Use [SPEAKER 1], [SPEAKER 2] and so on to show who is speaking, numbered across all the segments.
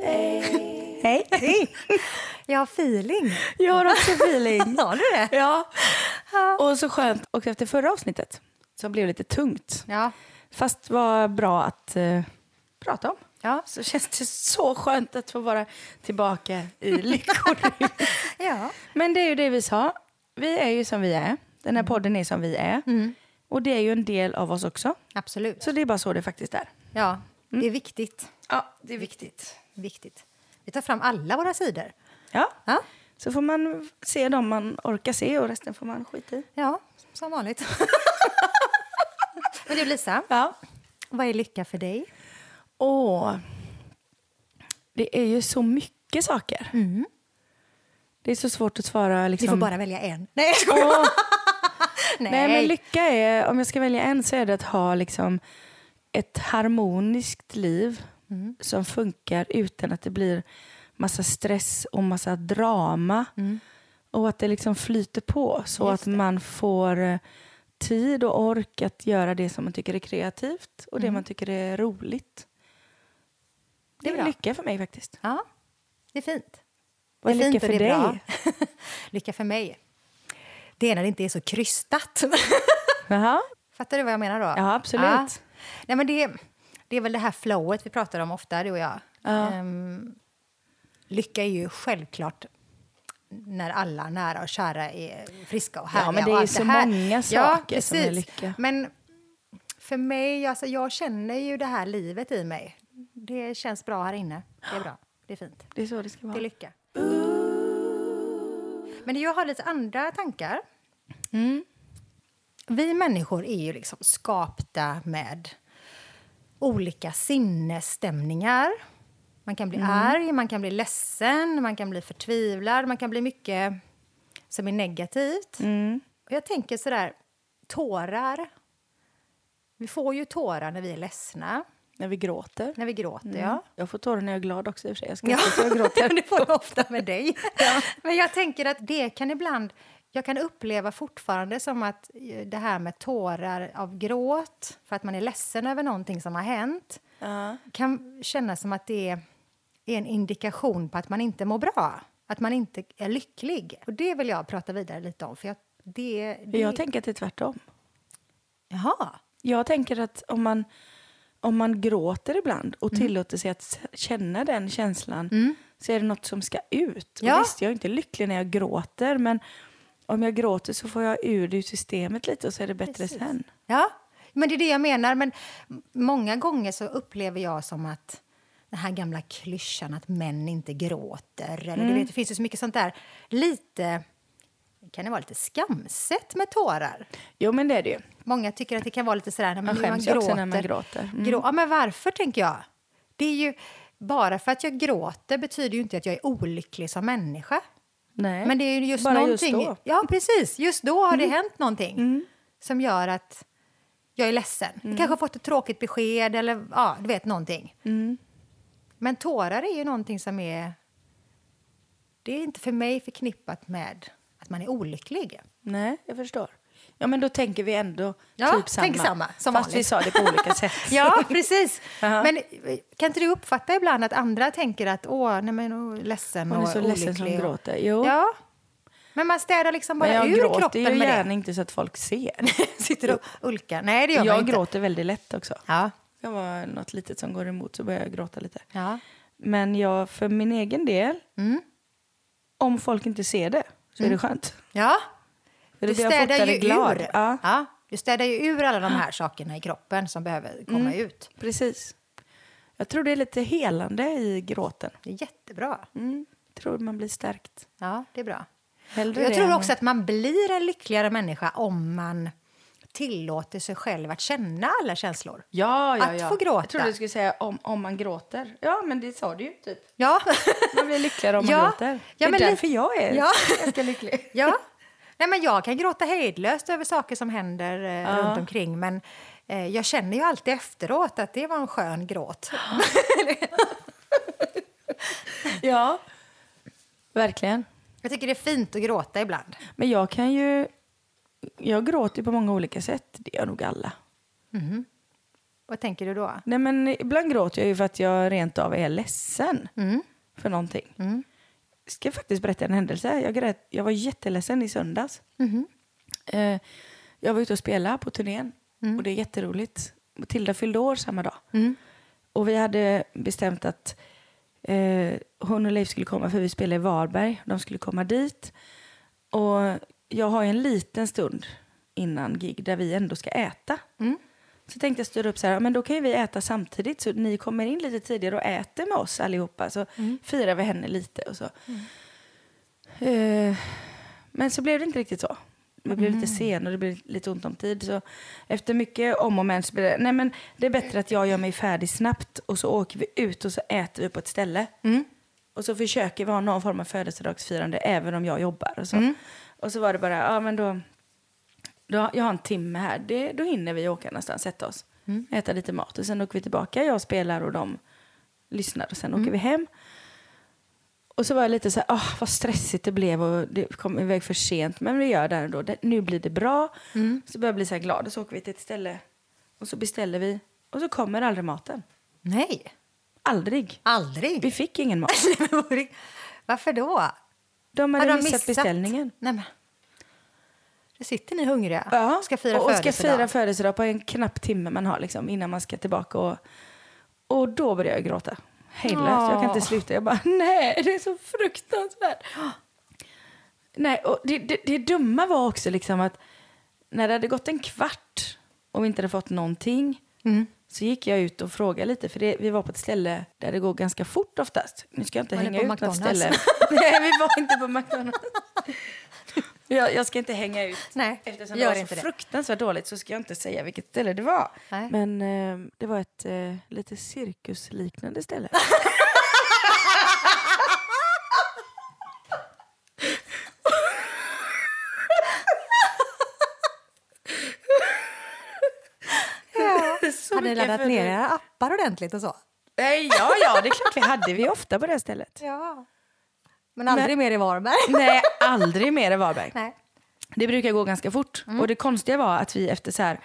[SPEAKER 1] Hej!
[SPEAKER 2] Hej!
[SPEAKER 1] Jag har feeling.
[SPEAKER 2] Jag har också feeling.
[SPEAKER 1] Har du det?
[SPEAKER 2] ja. Och så skönt. Och efter förra avsnittet som blev lite tungt,
[SPEAKER 1] Ja.
[SPEAKER 2] fast var bra att eh, prata om,
[SPEAKER 1] Ja.
[SPEAKER 2] så känns det så skönt att få vara tillbaka i lyckorummet.
[SPEAKER 1] ja.
[SPEAKER 2] Men det är ju det vi sa. Vi är ju som vi är. Den här podden är som vi är. Och det är ju en del av oss också.
[SPEAKER 1] Mm. Absolut.
[SPEAKER 2] Så Mm. det är bara så det faktiskt är.
[SPEAKER 1] Ja. Det är viktigt.
[SPEAKER 2] Ja, det är viktigt.
[SPEAKER 1] viktigt. Vi tar fram alla våra sidor.
[SPEAKER 2] Ja.
[SPEAKER 1] Ja,
[SPEAKER 2] Så får man se dem man orkar se och resten får man skita i.
[SPEAKER 1] ja som vanligt. Men du, Lisa,
[SPEAKER 2] Ja.
[SPEAKER 1] vad är lycka för dig?
[SPEAKER 2] Åh. Det är ju så mycket saker. Det är så svårt att svara
[SPEAKER 1] Vi
[SPEAKER 2] liksom.
[SPEAKER 1] får bara välja en. Nej, jag skojar.
[SPEAKER 2] Åh,
[SPEAKER 1] Nej.
[SPEAKER 2] nej men lycka är, om jag ska välja en så är det att ha liksom ett harmoniskt liv som funkar utan att det blir massa stress och massa drama. Och att det liksom flyter på så att man får eh, tid och ork att göra det som man tycker är kreativt och det man tycker är roligt.
[SPEAKER 1] Det
[SPEAKER 2] Mm. Det
[SPEAKER 1] är
[SPEAKER 2] är
[SPEAKER 1] bra.
[SPEAKER 2] lycka för mig faktiskt.
[SPEAKER 1] Ja, det är fint.
[SPEAKER 2] Vad är
[SPEAKER 1] Det är
[SPEAKER 2] lycka
[SPEAKER 1] fint och
[SPEAKER 2] för
[SPEAKER 1] det är
[SPEAKER 2] dig?
[SPEAKER 1] bra. lycka för mig? Det är när det inte är så krystat.
[SPEAKER 2] Jaha.
[SPEAKER 1] Fattar du vad jag menar då?
[SPEAKER 2] Ja, absolut.
[SPEAKER 1] Nej, men det, det är väl det här flowet vi pratar om ofta, du och jag. Ehm, lycka är ju självklart när alla nära och kära är friska och härliga.
[SPEAKER 2] Ja, men det
[SPEAKER 1] och
[SPEAKER 2] är
[SPEAKER 1] allt
[SPEAKER 2] så
[SPEAKER 1] här.
[SPEAKER 2] många
[SPEAKER 1] ja,
[SPEAKER 2] saker som är
[SPEAKER 1] precis.
[SPEAKER 2] lycka.
[SPEAKER 1] Men för mig, alltså, jag känner ju det här livet i mig. Det känns bra här inne. Det är bra. Det är fint.
[SPEAKER 2] Det är så det ska
[SPEAKER 1] Det är
[SPEAKER 2] vara.
[SPEAKER 1] lycka. Men jag har lite andra tankar. Vi människor är ju liksom skapta med olika sinnesstämningar. Man kan bli arg, man kan bli ledsen, man kan bli förtvivlad, man kan bli mycket som är negativt. Och jag tänker sådär, tårar. Vi får ju tårar när vi är ledsna,
[SPEAKER 2] När vi gråter.
[SPEAKER 1] när vi gråter. Ja.
[SPEAKER 2] Ja. Jag får tårar när jag är glad också i och för sig. Jag ska
[SPEAKER 1] Ja.
[SPEAKER 2] inte säga att jag gråter.
[SPEAKER 1] det får du ofta med dig. Men jag tänker att det kan ibland... Jag kan uppleva fortfarande som att eh, det här med tårar av gråt för att man är ledsen över någonting som har hänt kan kännas som att det är en indikation på att man inte mår bra, att man inte är lycklig. Och Det vill jag prata vidare lite om. För jag, det, det,
[SPEAKER 2] Jag tänker att det är tvärtom.
[SPEAKER 1] Jaha.
[SPEAKER 2] Jag tänker att om man, om man gråter ibland och
[SPEAKER 1] Mm.
[SPEAKER 2] tillåter sig att s- känna den känslan så är det något som ska ut.
[SPEAKER 1] Ja.
[SPEAKER 2] Och visst, jag är inte lycklig när jag gråter men om jag gråter så får jag ur det ur systemet lite och så är det bättre sen.
[SPEAKER 1] Ja, men det är det jag menar. Men m- många gånger så upplever jag som att den här gamla klyschan att män inte gråter. Eller
[SPEAKER 2] Mm.
[SPEAKER 1] du vet, det finns ju så mycket sånt där. Lite, kan det vara lite skamset med tårar?
[SPEAKER 2] Jo men det är det ju.
[SPEAKER 1] Många tycker att det kan vara lite sådär när man,
[SPEAKER 2] Man
[SPEAKER 1] nu, man
[SPEAKER 2] skäms ju
[SPEAKER 1] gråter.
[SPEAKER 2] också när man gråter. Mm.
[SPEAKER 1] Grå- ja, men varför tänker jag? Det är ju, bara för att jag gråter betyder ju inte att jag är olycklig som människa.
[SPEAKER 2] Nej.
[SPEAKER 1] Men det är ju just
[SPEAKER 2] Bara just
[SPEAKER 1] någonting...
[SPEAKER 2] då. Mm.
[SPEAKER 1] Ja, precis. Just då har det hänt någonting som gör att jag är ledsen. Jag kanske har fått ett tråkigt besked eller ja, du vet, någonting.
[SPEAKER 2] Mm.
[SPEAKER 1] Men tårar är ju någonting som är... Det är inte för mig förknippat med att man är olycklig.
[SPEAKER 2] Nej, jag förstår. Ja men då tänker vi ändå
[SPEAKER 1] Ja,
[SPEAKER 2] typ samma.
[SPEAKER 1] tänk samma, som
[SPEAKER 2] Fast
[SPEAKER 1] vanligt.
[SPEAKER 2] vi sa det på olika sätt.
[SPEAKER 1] Ja, precis.
[SPEAKER 2] Jaha.
[SPEAKER 1] Men kan inte du uppfatta ibland att andra tänker att åh, nej men åh, ledsen
[SPEAKER 2] Hon är
[SPEAKER 1] och
[SPEAKER 2] så
[SPEAKER 1] olycklig.
[SPEAKER 2] ledsen som
[SPEAKER 1] och-
[SPEAKER 2] gråter. Jo.
[SPEAKER 1] Ja. Men man städar liksom bara
[SPEAKER 2] men jag
[SPEAKER 1] ur
[SPEAKER 2] gråter
[SPEAKER 1] kroppen
[SPEAKER 2] ju
[SPEAKER 1] med
[SPEAKER 2] gärna
[SPEAKER 1] det.
[SPEAKER 2] inte så att folk ser.
[SPEAKER 1] Sitter och ulkar. Nej, det gör man
[SPEAKER 2] jag
[SPEAKER 1] inte.
[SPEAKER 2] gråter väldigt lätt också.
[SPEAKER 1] Ja.
[SPEAKER 2] Det var något litet som går emot så börjar jag gråta lite.
[SPEAKER 1] ja.
[SPEAKER 2] Men jag, för min egen del,
[SPEAKER 1] Mm.
[SPEAKER 2] om folk inte ser det så är det skönt.
[SPEAKER 1] Ja.
[SPEAKER 2] För
[SPEAKER 1] Du
[SPEAKER 2] då blir jag
[SPEAKER 1] Mm. städar
[SPEAKER 2] fortare
[SPEAKER 1] ju
[SPEAKER 2] glad.
[SPEAKER 1] ur.
[SPEAKER 2] Ja,
[SPEAKER 1] Du städar ju ur alla de här sakerna i kroppen som behöver komma
[SPEAKER 2] Mm.
[SPEAKER 1] ut.
[SPEAKER 2] precis. Jag tror det är lite helande i gråten.
[SPEAKER 1] Det är jättebra.
[SPEAKER 2] Mm. Tror man blir stärkt.
[SPEAKER 1] Ja, det är bra.
[SPEAKER 2] Hellre
[SPEAKER 1] Jag
[SPEAKER 2] det
[SPEAKER 1] tror
[SPEAKER 2] än-
[SPEAKER 1] också att man blir en lyckligare människa om man tillåter sig själv att känna alla känslor.
[SPEAKER 2] Ja, ja,
[SPEAKER 1] Att
[SPEAKER 2] ja.
[SPEAKER 1] få gråta.
[SPEAKER 2] Jag trodde du skulle säga om, om man gråter. Ja, men det sa du ju typ.
[SPEAKER 1] Ja.
[SPEAKER 2] Man blir lyckligare om
[SPEAKER 1] Ja.
[SPEAKER 2] man gråter.
[SPEAKER 1] Ja,
[SPEAKER 2] det är
[SPEAKER 1] men li-
[SPEAKER 2] därför jag är
[SPEAKER 1] Ja.
[SPEAKER 2] ganska lycklig.
[SPEAKER 1] Ja. Nej, men jag kan gråta hejdlöst över saker som händer eh, runt omkring men eh, jag känner ju alltid efteråt att det var en skön gråt.
[SPEAKER 2] Ja, verkligen.
[SPEAKER 1] Jag tycker det är fint att gråta ibland.
[SPEAKER 2] Men jag kan ju... Jag gråter ju på många olika sätt. Det gör nog alla.
[SPEAKER 1] Mhm. Vad tänker du då?
[SPEAKER 2] Nej, men ibland gråter jag ju för att jag rent av är ledsen för någonting.
[SPEAKER 1] Mm.
[SPEAKER 2] Jag ska faktiskt berätta en händelse. Jag, grät, jag var jätteledsen i söndags.
[SPEAKER 1] Mhm.
[SPEAKER 2] Eh, jag var ute och spelade på turnén och det är jätteroligt. Tilda fyllde år samma dag.
[SPEAKER 1] Mm.
[SPEAKER 2] Och vi hade bestämt att eh, hon och Leif skulle komma för vi spelade i Varberg. De skulle komma dit. Och jag har ju en liten stund innan gig där vi ändå ska äta. Så tänkte jag styra upp så här, ja, men då kan ju vi äta samtidigt så ni kommer in lite tidigare och äter med oss allihopa så firar vi henne lite och så. Eh, men så blev det inte riktigt så. Vi blev lite sen och det blev lite ont om tid. Så efter mycket om och men så blev det, nej men det är bättre att jag gör mig färdig snabbt och så åker vi ut och så äter vi på ett ställe. Och så försöker vi ha någon form av födelsedagsfirande även om jag jobbar och så. Och så var det bara, ja men då, då jag har en timme här, det, då hinner vi åka någonstans, sätta oss, äta lite mat och sen åker vi tillbaka, jag spelar och de lyssnar och sen åker vi hem. Och så var jag lite så här, ah, vad stressigt det blev och det kom iväg för sent. Men vi gör det här ändå, det, nu blir det bra. Så börjar jag bli så här glad och så åker vi till ett ställe och så beställer vi och så kommer aldrig maten.
[SPEAKER 1] Nej,
[SPEAKER 2] Aldrig.
[SPEAKER 1] aldrig.
[SPEAKER 2] Vi fick ingen mat.
[SPEAKER 1] Varför då?
[SPEAKER 2] De hade
[SPEAKER 1] Har de
[SPEAKER 2] missat, beställningen.
[SPEAKER 1] Nej, men. Då sitter ni hungriga
[SPEAKER 2] Ja,
[SPEAKER 1] ska fira
[SPEAKER 2] och, och ska
[SPEAKER 1] födelsedag.
[SPEAKER 2] fira födelsedag på en knapp timme man har liksom, innan man ska tillbaka. Och, och då börjar jag gråta. Hejdlöst. Jag kan inte
[SPEAKER 1] Åh.
[SPEAKER 2] sluta. Jag bara, nej, det är så fruktansvärt. Nej, och det, det, det dumma var också liksom att när det hade gått en kvart och vi inte hade fått någonting
[SPEAKER 1] Mm.
[SPEAKER 2] så gick jag ut och frågade lite, för det, vi var på ett ställe där det går ganska fort oftast. Nu ska jag inte
[SPEAKER 1] Var ni
[SPEAKER 2] hänga
[SPEAKER 1] på
[SPEAKER 2] ut något
[SPEAKER 1] McDonald's?
[SPEAKER 2] ställe. Nej, vi var inte på McDonalds. Jag, jag ska inte hänga ut.
[SPEAKER 1] Nej,
[SPEAKER 2] Eftersom
[SPEAKER 1] gör
[SPEAKER 2] det var
[SPEAKER 1] inte
[SPEAKER 2] så
[SPEAKER 1] det.
[SPEAKER 2] fruktansvärt dåligt så ska jag inte säga vilket ställe det var.
[SPEAKER 1] Nej.
[SPEAKER 2] Men eh, det var ett eh, lite cirkusliknande ställe. Så
[SPEAKER 1] Hade ni
[SPEAKER 2] mycket
[SPEAKER 1] laddat
[SPEAKER 2] för
[SPEAKER 1] ner
[SPEAKER 2] det.
[SPEAKER 1] era appar ordentligt och så?
[SPEAKER 2] Nej, Eh, ja, ja, det är klart vi hade. Vi är ofta på det här stället.
[SPEAKER 1] Ja. Men aldrig mer i Varberg?
[SPEAKER 2] Nej, aldrig mer i Varberg.
[SPEAKER 1] Nej. Mm.
[SPEAKER 2] Det brukar gå ganska fort. Och det konstiga var att vi efter så här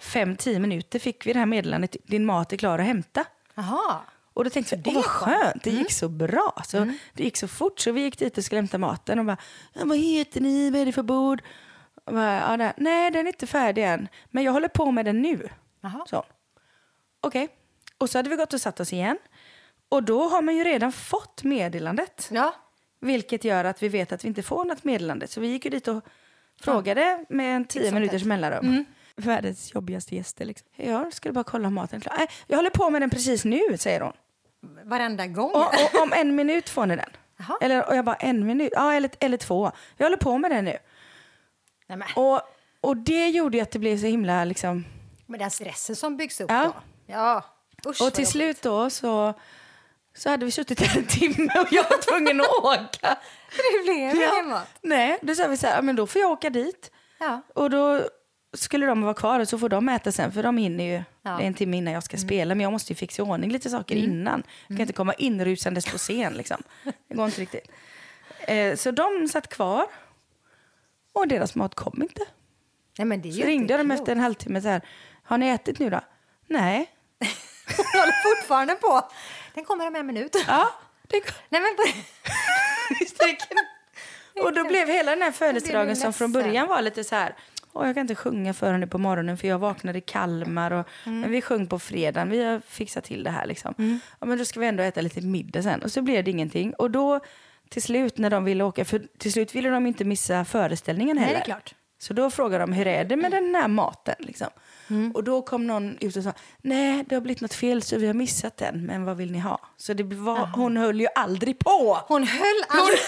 [SPEAKER 2] fem, tio minuter fick vi det här meddelandet. Din mat är klar att hämta.
[SPEAKER 1] Jaha.
[SPEAKER 2] Och då tänkte vi, åh vad skönt, det gick så bra. Så Det gick så fort så vi gick dit och skulle hämta maten och bara, "Ja, vad heter ni, vad är det för bord? Och Bara, ja, det- Nej, den är inte färdig än, men jag håller på med den nu.
[SPEAKER 1] Jaha.
[SPEAKER 2] Så. Okej, och så hade vi gått och satt oss igen. Och då har man ju redan fått meddelandet.
[SPEAKER 1] Ja.
[SPEAKER 2] Vilket gör att vi vet att vi inte får något meddelande. Så vi gick ju dit och frågade med en tio minuters mellanrum. Världens jobbigaste gäster liksom. Jag skulle bara kolla om maten är klar. Nej, jag håller på med den precis nu, säger hon.
[SPEAKER 1] Varenda gång?
[SPEAKER 2] Och, och, om en minut får ni den.
[SPEAKER 1] Jaha.
[SPEAKER 2] Eller, och jag bara, en minut? Ja, eller, eller två. Jag håller på med den nu.
[SPEAKER 1] Nej, men.
[SPEAKER 2] Och, och det gjorde ju att det blev så himla liksom...
[SPEAKER 1] men den stressen som byggs upp
[SPEAKER 2] Ja.
[SPEAKER 1] då? Ja.
[SPEAKER 2] Och
[SPEAKER 1] Usch, vad
[SPEAKER 2] till
[SPEAKER 1] jobbigt.
[SPEAKER 2] slut då så, så hade vi suttit en timme och jag var tvungen att åka.
[SPEAKER 1] Det blev ingen
[SPEAKER 2] Ja.
[SPEAKER 1] mat.
[SPEAKER 2] Nej, då sa vi så här, "Ja, men då får jag åka dit.
[SPEAKER 1] Ja.
[SPEAKER 2] Och då skulle de vara kvar och så får de äta sen för de hinner ju,
[SPEAKER 1] Ja.
[SPEAKER 2] det är en timme innan jag ska spela men jag måste ju fixa i ordning lite saker innan. Jag kan inte komma inrusandes på scen liksom. Det går inte riktigt. Eh, så de satt kvar och deras mat kom inte.
[SPEAKER 1] Nej, men det är
[SPEAKER 2] Så
[SPEAKER 1] ju
[SPEAKER 2] ringde
[SPEAKER 1] inte
[SPEAKER 2] jag dem
[SPEAKER 1] klokt.
[SPEAKER 2] efter en halvtimme så här, har ni ätit nu då? Nej.
[SPEAKER 1] Jag håller fortfarande på. Den kommer om en minut.
[SPEAKER 2] Ja, det går.
[SPEAKER 1] Nej, men på...
[SPEAKER 2] Och då blev hela den här
[SPEAKER 1] Då blev
[SPEAKER 2] födelsedagen
[SPEAKER 1] du
[SPEAKER 2] som från
[SPEAKER 1] ledsen.
[SPEAKER 2] början var lite så här, Åh, jag kan inte sjunga förrän det på morgonen för jag vaknade i Kalmar. Och,
[SPEAKER 1] Mm.
[SPEAKER 2] Men vi sjöng på fredagen, vi har fixat till det här liksom. Ja, men då ska vi ändå äta lite middag sen. Och så blev det ingenting. Och då till slut när de ville åka, för till slut ville de inte missa föreställningen
[SPEAKER 1] Nej, det är
[SPEAKER 2] heller.
[SPEAKER 1] klart. Mm.
[SPEAKER 2] Så då frågade de hur är det med den här maten liksom. Och då kom någon ut och sa, nej det har blivit något fel så vi har missat den, men vad vill ni ha? Så det var, hon höll ju aldrig på.
[SPEAKER 1] Hon höll aldrig...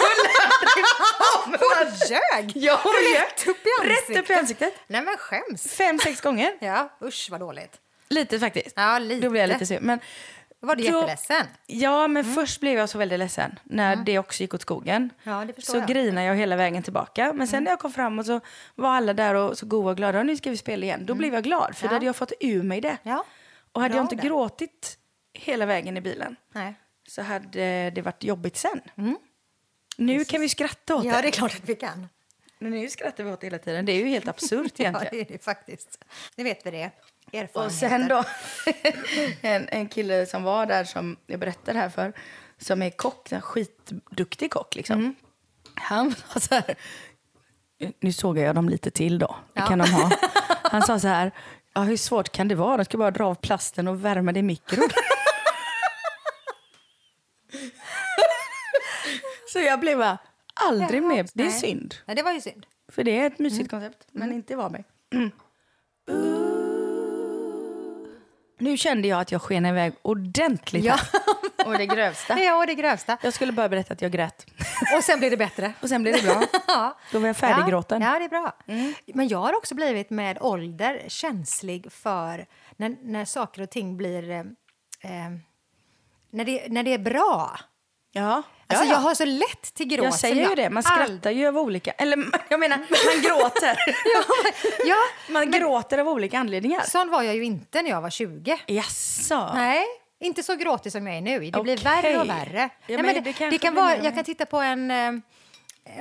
[SPEAKER 1] Hon, hon ljög!
[SPEAKER 2] Ja, hon
[SPEAKER 1] Rätt upp i ansiktet.
[SPEAKER 2] Rätt upp i ansiktet.
[SPEAKER 1] Nej, men skäms.
[SPEAKER 2] Fem, sex gånger.
[SPEAKER 1] Ja, usch vad dåligt.
[SPEAKER 2] Lite faktiskt.
[SPEAKER 1] Ja, lite.
[SPEAKER 2] Då blev jag lite sur. Men,
[SPEAKER 1] Då var du
[SPEAKER 2] Då-
[SPEAKER 1] jätteledsen.
[SPEAKER 2] ja, men först blev jag så väldigt ledsen när det också gick åt skogen.
[SPEAKER 1] Ja, det förstår
[SPEAKER 2] så
[SPEAKER 1] jag.
[SPEAKER 2] grinade jag Mm. hela vägen tillbaka. Men sen när jag kom fram och så var alla där och så goa och glada. Och nu ska vi spela igen. Då blev jag glad, för då hade jag fått ur mig det.
[SPEAKER 1] Ja.
[SPEAKER 2] Och hade
[SPEAKER 1] Bra
[SPEAKER 2] jag inte
[SPEAKER 1] där.
[SPEAKER 2] gråtit hela vägen i bilen
[SPEAKER 1] Nej.
[SPEAKER 2] så hade det varit jobbigt sen. Nu kan vi skratta åt
[SPEAKER 1] Ja, det
[SPEAKER 2] Mm. det.
[SPEAKER 1] är klart att vi kan.
[SPEAKER 2] Men Nu skrattar vi åt det hela tiden. Det är ju helt absurt
[SPEAKER 1] Ja,
[SPEAKER 2] egentligen.
[SPEAKER 1] det är det faktiskt. Nu vet vi det. Erfarenheter.
[SPEAKER 2] Och sen då, en, en kille som var där som jag berättade här för, som är kock, en skitduktig kock liksom.
[SPEAKER 1] Mm.
[SPEAKER 2] Han var så här, nu sågar jag dem lite till då, det
[SPEAKER 1] Ja.
[SPEAKER 2] kan de ha. Han sa så här, ja hur svårt kan det vara? De ska bara dra av plasten och värma det i mikron. så jag blev bara, aldrig
[SPEAKER 1] Jaha,
[SPEAKER 2] mer, det är
[SPEAKER 1] nej.
[SPEAKER 2] synd.
[SPEAKER 1] Nej, det var ju synd.
[SPEAKER 2] För det är ett mysigt
[SPEAKER 1] Mm.
[SPEAKER 2] koncept, men inte var mig. Nu kände jag att jag sken iväg ordentligt.
[SPEAKER 1] Ja.
[SPEAKER 2] här. Och det grövsta.
[SPEAKER 1] Ja, och det grövsta.
[SPEAKER 2] Jag skulle bara berätta att jag grät.
[SPEAKER 1] Och sen blir det bättre.
[SPEAKER 2] Och sen blev det bra.
[SPEAKER 1] Ja.
[SPEAKER 2] Då var jag färdiggråten.
[SPEAKER 1] Ja, ja, det är bra. Mm. Men jag har också blivit med ålder känslig för när, när saker och ting blir... Eh, eh, när, det, när det är bra.
[SPEAKER 2] Ja.
[SPEAKER 1] Alltså,
[SPEAKER 2] ja,
[SPEAKER 1] Jag har så lätt till gråt.
[SPEAKER 2] jag
[SPEAKER 1] som
[SPEAKER 2] säger ju det, man skrattar ju av olika... Eller man- jag menar, man gråter.
[SPEAKER 1] All- ja,
[SPEAKER 2] Man gråter av olika anledningar.
[SPEAKER 1] sån var jag ju inte när jag var 20.
[SPEAKER 2] Jaså?
[SPEAKER 1] Nej, inte så gråtig som jag är nu. Det blir
[SPEAKER 2] Okej.
[SPEAKER 1] värre och värre.
[SPEAKER 2] Ja,
[SPEAKER 1] Nej,
[SPEAKER 2] men
[SPEAKER 1] men
[SPEAKER 2] det
[SPEAKER 1] det,
[SPEAKER 2] kanske
[SPEAKER 1] det kan
[SPEAKER 2] blir
[SPEAKER 1] vara,
[SPEAKER 2] mer och
[SPEAKER 1] jag
[SPEAKER 2] mer.
[SPEAKER 1] kan titta på en eh,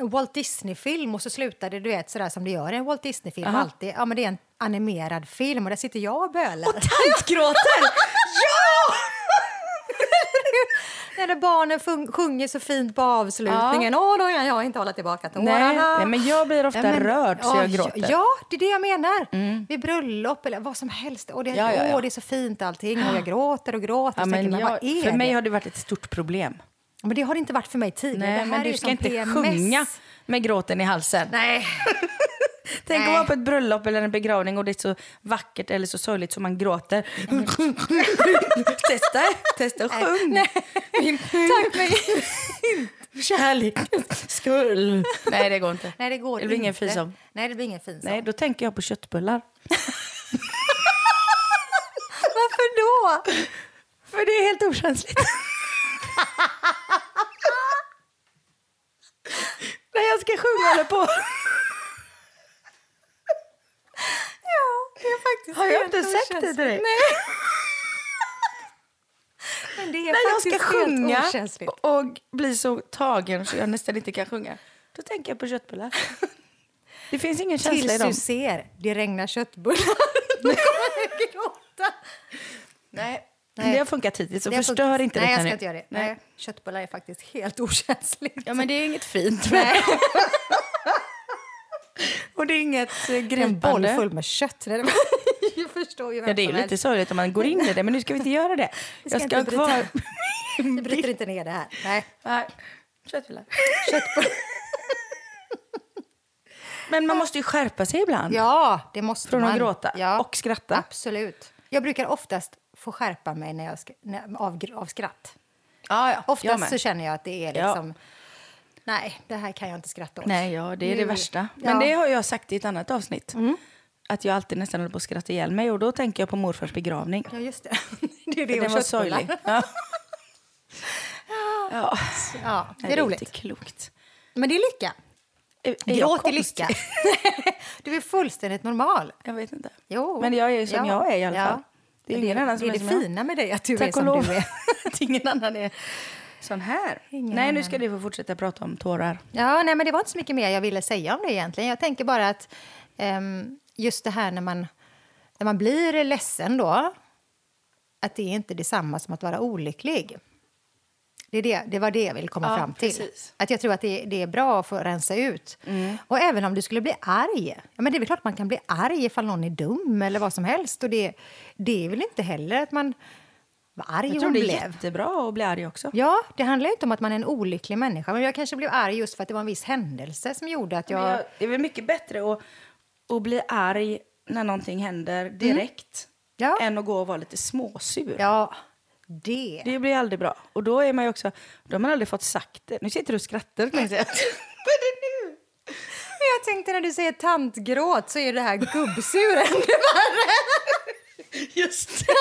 [SPEAKER 1] Walt Disney-film och så slutar det du vet, sådär som det gör i en Walt Disney-film.
[SPEAKER 2] Aha.
[SPEAKER 1] Alltid. Ja, men det är en animerad film och där sitter jag och bölar.
[SPEAKER 2] Och tantgråter! ja!
[SPEAKER 1] När barnen fun- sjunger så fint på avslutningen. Åh, då har jag inte hållit tillbaka tårarna.
[SPEAKER 2] Nej, nej, men jag blir ofta
[SPEAKER 1] Ja, men-
[SPEAKER 2] rörd så
[SPEAKER 1] ja,
[SPEAKER 2] jag gråter. Mm.
[SPEAKER 1] Ja, det är det jag menar. Vid bröllop eller vad som helst. Och det,
[SPEAKER 2] Ja, ja, ja.
[SPEAKER 1] Åh, det är så fint allting och jag gråter och gråter.
[SPEAKER 2] Ja,
[SPEAKER 1] så tänker
[SPEAKER 2] men
[SPEAKER 1] man,
[SPEAKER 2] jag,
[SPEAKER 1] vad är
[SPEAKER 2] för
[SPEAKER 1] det?
[SPEAKER 2] mig har det varit ett stort problem.
[SPEAKER 1] Men det har det inte varit för mig tidigare. det
[SPEAKER 2] Nej,
[SPEAKER 1] här
[SPEAKER 2] men
[SPEAKER 1] är
[SPEAKER 2] du
[SPEAKER 1] ju
[SPEAKER 2] ska
[SPEAKER 1] som
[SPEAKER 2] inte
[SPEAKER 1] PMS.
[SPEAKER 2] sjunga med gråten i halsen.
[SPEAKER 1] Nej.
[SPEAKER 2] Tänk att
[SPEAKER 1] nej.
[SPEAKER 2] vara på ett bröllop eller en begravning och det är så vackert eller så sorgligt som man gråter. testa, testa och sjung. Min
[SPEAKER 1] Tack, men...
[SPEAKER 2] kärleks skull. Nej, det går inte.
[SPEAKER 1] Nej, det går
[SPEAKER 2] Det blir ingen
[SPEAKER 1] inte.
[SPEAKER 2] fin sång.
[SPEAKER 1] Nej, det blir ingen fin
[SPEAKER 2] Nej,
[SPEAKER 1] sång.
[SPEAKER 2] då tänker jag på köttbullar.
[SPEAKER 1] Varför då?
[SPEAKER 2] För det är helt okänsligt. När jag ska sjunga eller på
[SPEAKER 1] Ja, det är faktiskt
[SPEAKER 2] Har jag
[SPEAKER 1] helt
[SPEAKER 2] inte sagt det till dig?
[SPEAKER 1] okänsligt. Nej. Men det är
[SPEAKER 2] när jag
[SPEAKER 1] faktiskt
[SPEAKER 2] ska
[SPEAKER 1] helt
[SPEAKER 2] sjunga
[SPEAKER 1] okänsligt.
[SPEAKER 2] och och blir så tagen så jag nästan inte kan sjunga, då tänker jag på köttbullar. Det finns ingen känsla i
[SPEAKER 1] Tills
[SPEAKER 2] dem.
[SPEAKER 1] du ser det regnar köttbullar. Då kommer jag gråta.
[SPEAKER 2] Nej.
[SPEAKER 1] Nej.
[SPEAKER 2] Det har funkat hittills, så
[SPEAKER 1] Det har
[SPEAKER 2] förstör
[SPEAKER 1] funkat.
[SPEAKER 2] inte
[SPEAKER 1] Nej,
[SPEAKER 2] detta
[SPEAKER 1] jag
[SPEAKER 2] nu.
[SPEAKER 1] ska inte göra det. Nej. Köttbullar är faktiskt helt okänsligt.
[SPEAKER 2] Ja, men det är inget fint.
[SPEAKER 1] Nej.
[SPEAKER 2] Och det är inget eh,
[SPEAKER 1] En boll
[SPEAKER 2] gripande.
[SPEAKER 1] full med kött. Nej, det- Du förstår ju vem
[SPEAKER 2] Ja, det är ju
[SPEAKER 1] som
[SPEAKER 2] lite sorgligt om man går in i det, men nu ska vi inte göra det.
[SPEAKER 1] Vi
[SPEAKER 2] Jag
[SPEAKER 1] ska
[SPEAKER 2] ska ha
[SPEAKER 1] inte bryta.
[SPEAKER 2] kvar...
[SPEAKER 1] Vi bryter inte ner det här. Nej.
[SPEAKER 2] Nej, Köttbullar.
[SPEAKER 1] Köttbullar.
[SPEAKER 2] Men man måste ju skärpa sig ibland.
[SPEAKER 1] Ja, det måste
[SPEAKER 2] Från
[SPEAKER 1] man.
[SPEAKER 2] att gråta
[SPEAKER 1] ja.
[SPEAKER 2] och skratta.
[SPEAKER 1] Absolut. Jag brukar oftast få skärpa mig när jag sk- när, av, gr- av skratt.
[SPEAKER 2] ja, ja. Jag
[SPEAKER 1] Oftast
[SPEAKER 2] med.
[SPEAKER 1] så känner jag att det är
[SPEAKER 2] Ja.
[SPEAKER 1] liksom... Nej, det här kan jag inte skratta åt.
[SPEAKER 2] Nej, ja, det är det
[SPEAKER 1] Nu-
[SPEAKER 2] värsta. Men
[SPEAKER 1] Ja. Mm.
[SPEAKER 2] det har jag sagt i ett annat avsnitt. Att jag alltid nästan håller på att skratta ihjäl mig och då tänker jag på morfars begravning.
[SPEAKER 1] Ja, just det. det är
[SPEAKER 2] Det,
[SPEAKER 1] det, och
[SPEAKER 2] var
[SPEAKER 1] köttbullar.
[SPEAKER 2] sorglig. Ja. ja.
[SPEAKER 1] Ja, det
[SPEAKER 2] Nej,
[SPEAKER 1] är
[SPEAKER 2] inte
[SPEAKER 1] roligt.
[SPEAKER 2] klokt.
[SPEAKER 1] Men det är lycka.
[SPEAKER 2] Är- är jag
[SPEAKER 1] Gråt är
[SPEAKER 2] konstig?
[SPEAKER 1] lycka. du är fullständigt normal.
[SPEAKER 2] Jag vet inte.
[SPEAKER 1] Jo.
[SPEAKER 2] Men jag är ju som
[SPEAKER 1] Ja.
[SPEAKER 2] jag är i alla
[SPEAKER 1] Ja.
[SPEAKER 2] fall. Det är ingen annan som
[SPEAKER 1] det är
[SPEAKER 2] som
[SPEAKER 1] det
[SPEAKER 2] jag.
[SPEAKER 1] fina med dig, att du är
[SPEAKER 2] Tack och
[SPEAKER 1] som
[SPEAKER 2] lov.
[SPEAKER 1] du är.
[SPEAKER 2] Att ingen annan är sån här.
[SPEAKER 1] Ingen
[SPEAKER 2] Nej, nu
[SPEAKER 1] annan.
[SPEAKER 2] ska du få fortsätta prata om tårar.
[SPEAKER 1] Ja, nej, men det var inte så mycket mer jag ville säga om det egentligen. Jag tänker bara att ehm, just det här när man, när man blir ledsen då, att det är inte detsamma som att vara olycklig. Det, är det, det var det jag ville komma
[SPEAKER 2] Ja,
[SPEAKER 1] fram till.
[SPEAKER 2] precis. Mm.
[SPEAKER 1] Att jag tror att det, det är bra att få rensa ut. Och även om du skulle bli arg. Ja, men det är väl klart man kan bli arg ifall någon är dum eller vad som helst. Och det, det är väl inte heller att man... Vad arg
[SPEAKER 2] Jag tror
[SPEAKER 1] hon
[SPEAKER 2] det är
[SPEAKER 1] blev.
[SPEAKER 2] jättebra att bli arg också.
[SPEAKER 1] Ja, det handlar ju inte om att man är en olycklig människa. Men jag kanske blev arg just för att det var en viss händelse som gjorde att jag...
[SPEAKER 2] Men jag, det är väl mycket bättre att, att bli arg när någonting händer direkt
[SPEAKER 1] Mm. Ja.
[SPEAKER 2] än att gå och vara lite småsur.
[SPEAKER 1] Ja, det.
[SPEAKER 2] Det blir aldrig bra. Och då är man ju också, då har man aldrig fått sagt det. Nu sitter du och skrattar. kan jag säga. Vad är det nu?
[SPEAKER 1] Men jag tänkte när du säger tantgråt så är det här gubbsuren.
[SPEAKER 2] Just det.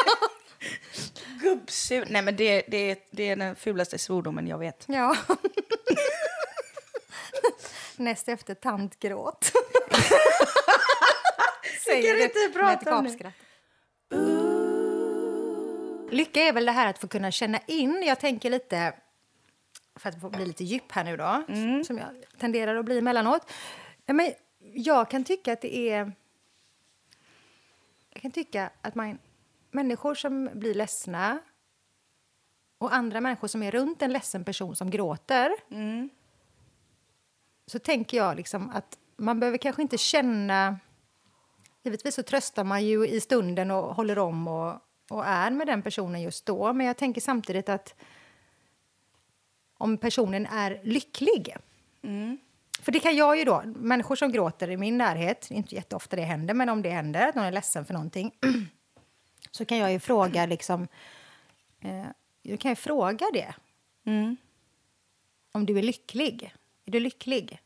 [SPEAKER 2] Gubbsur. Nej men det, det, är- det är den fulaste svordomen jag vet.
[SPEAKER 1] ja. Näst efter tantgråt. Säger
[SPEAKER 2] kan
[SPEAKER 1] du
[SPEAKER 2] inte
[SPEAKER 1] med ett
[SPEAKER 2] prata om nu.
[SPEAKER 1] gapskratt. Alltså- Lycka är väl det här att få kunna känna in. Jag tänker lite för att få bli lite djup här nu då, som jag tenderar att bli emellanåt. Nej, Men jag kan tycka att det är... Jag kan tycka att man, människor som blir ledsna och andra människor som är runt en ledsen person som gråter
[SPEAKER 2] Mm.
[SPEAKER 1] så tänker jag liksom att man behöver kanske inte känna... Givetvis så tröstar man ju i stunden och håller om och, och är med den personen just då. Men jag tänker samtidigt att om personen är lycklig...
[SPEAKER 2] Mm.
[SPEAKER 1] För det kan jag ju då, människor som gråter i min närhet, inte jätteofta det händer, men om det händer, att någon är ledsen för någonting, så kan jag ju fråga liksom... Eh, jag kan ju fråga det
[SPEAKER 2] Mm.
[SPEAKER 1] om du är lycklig. Är du lycklig?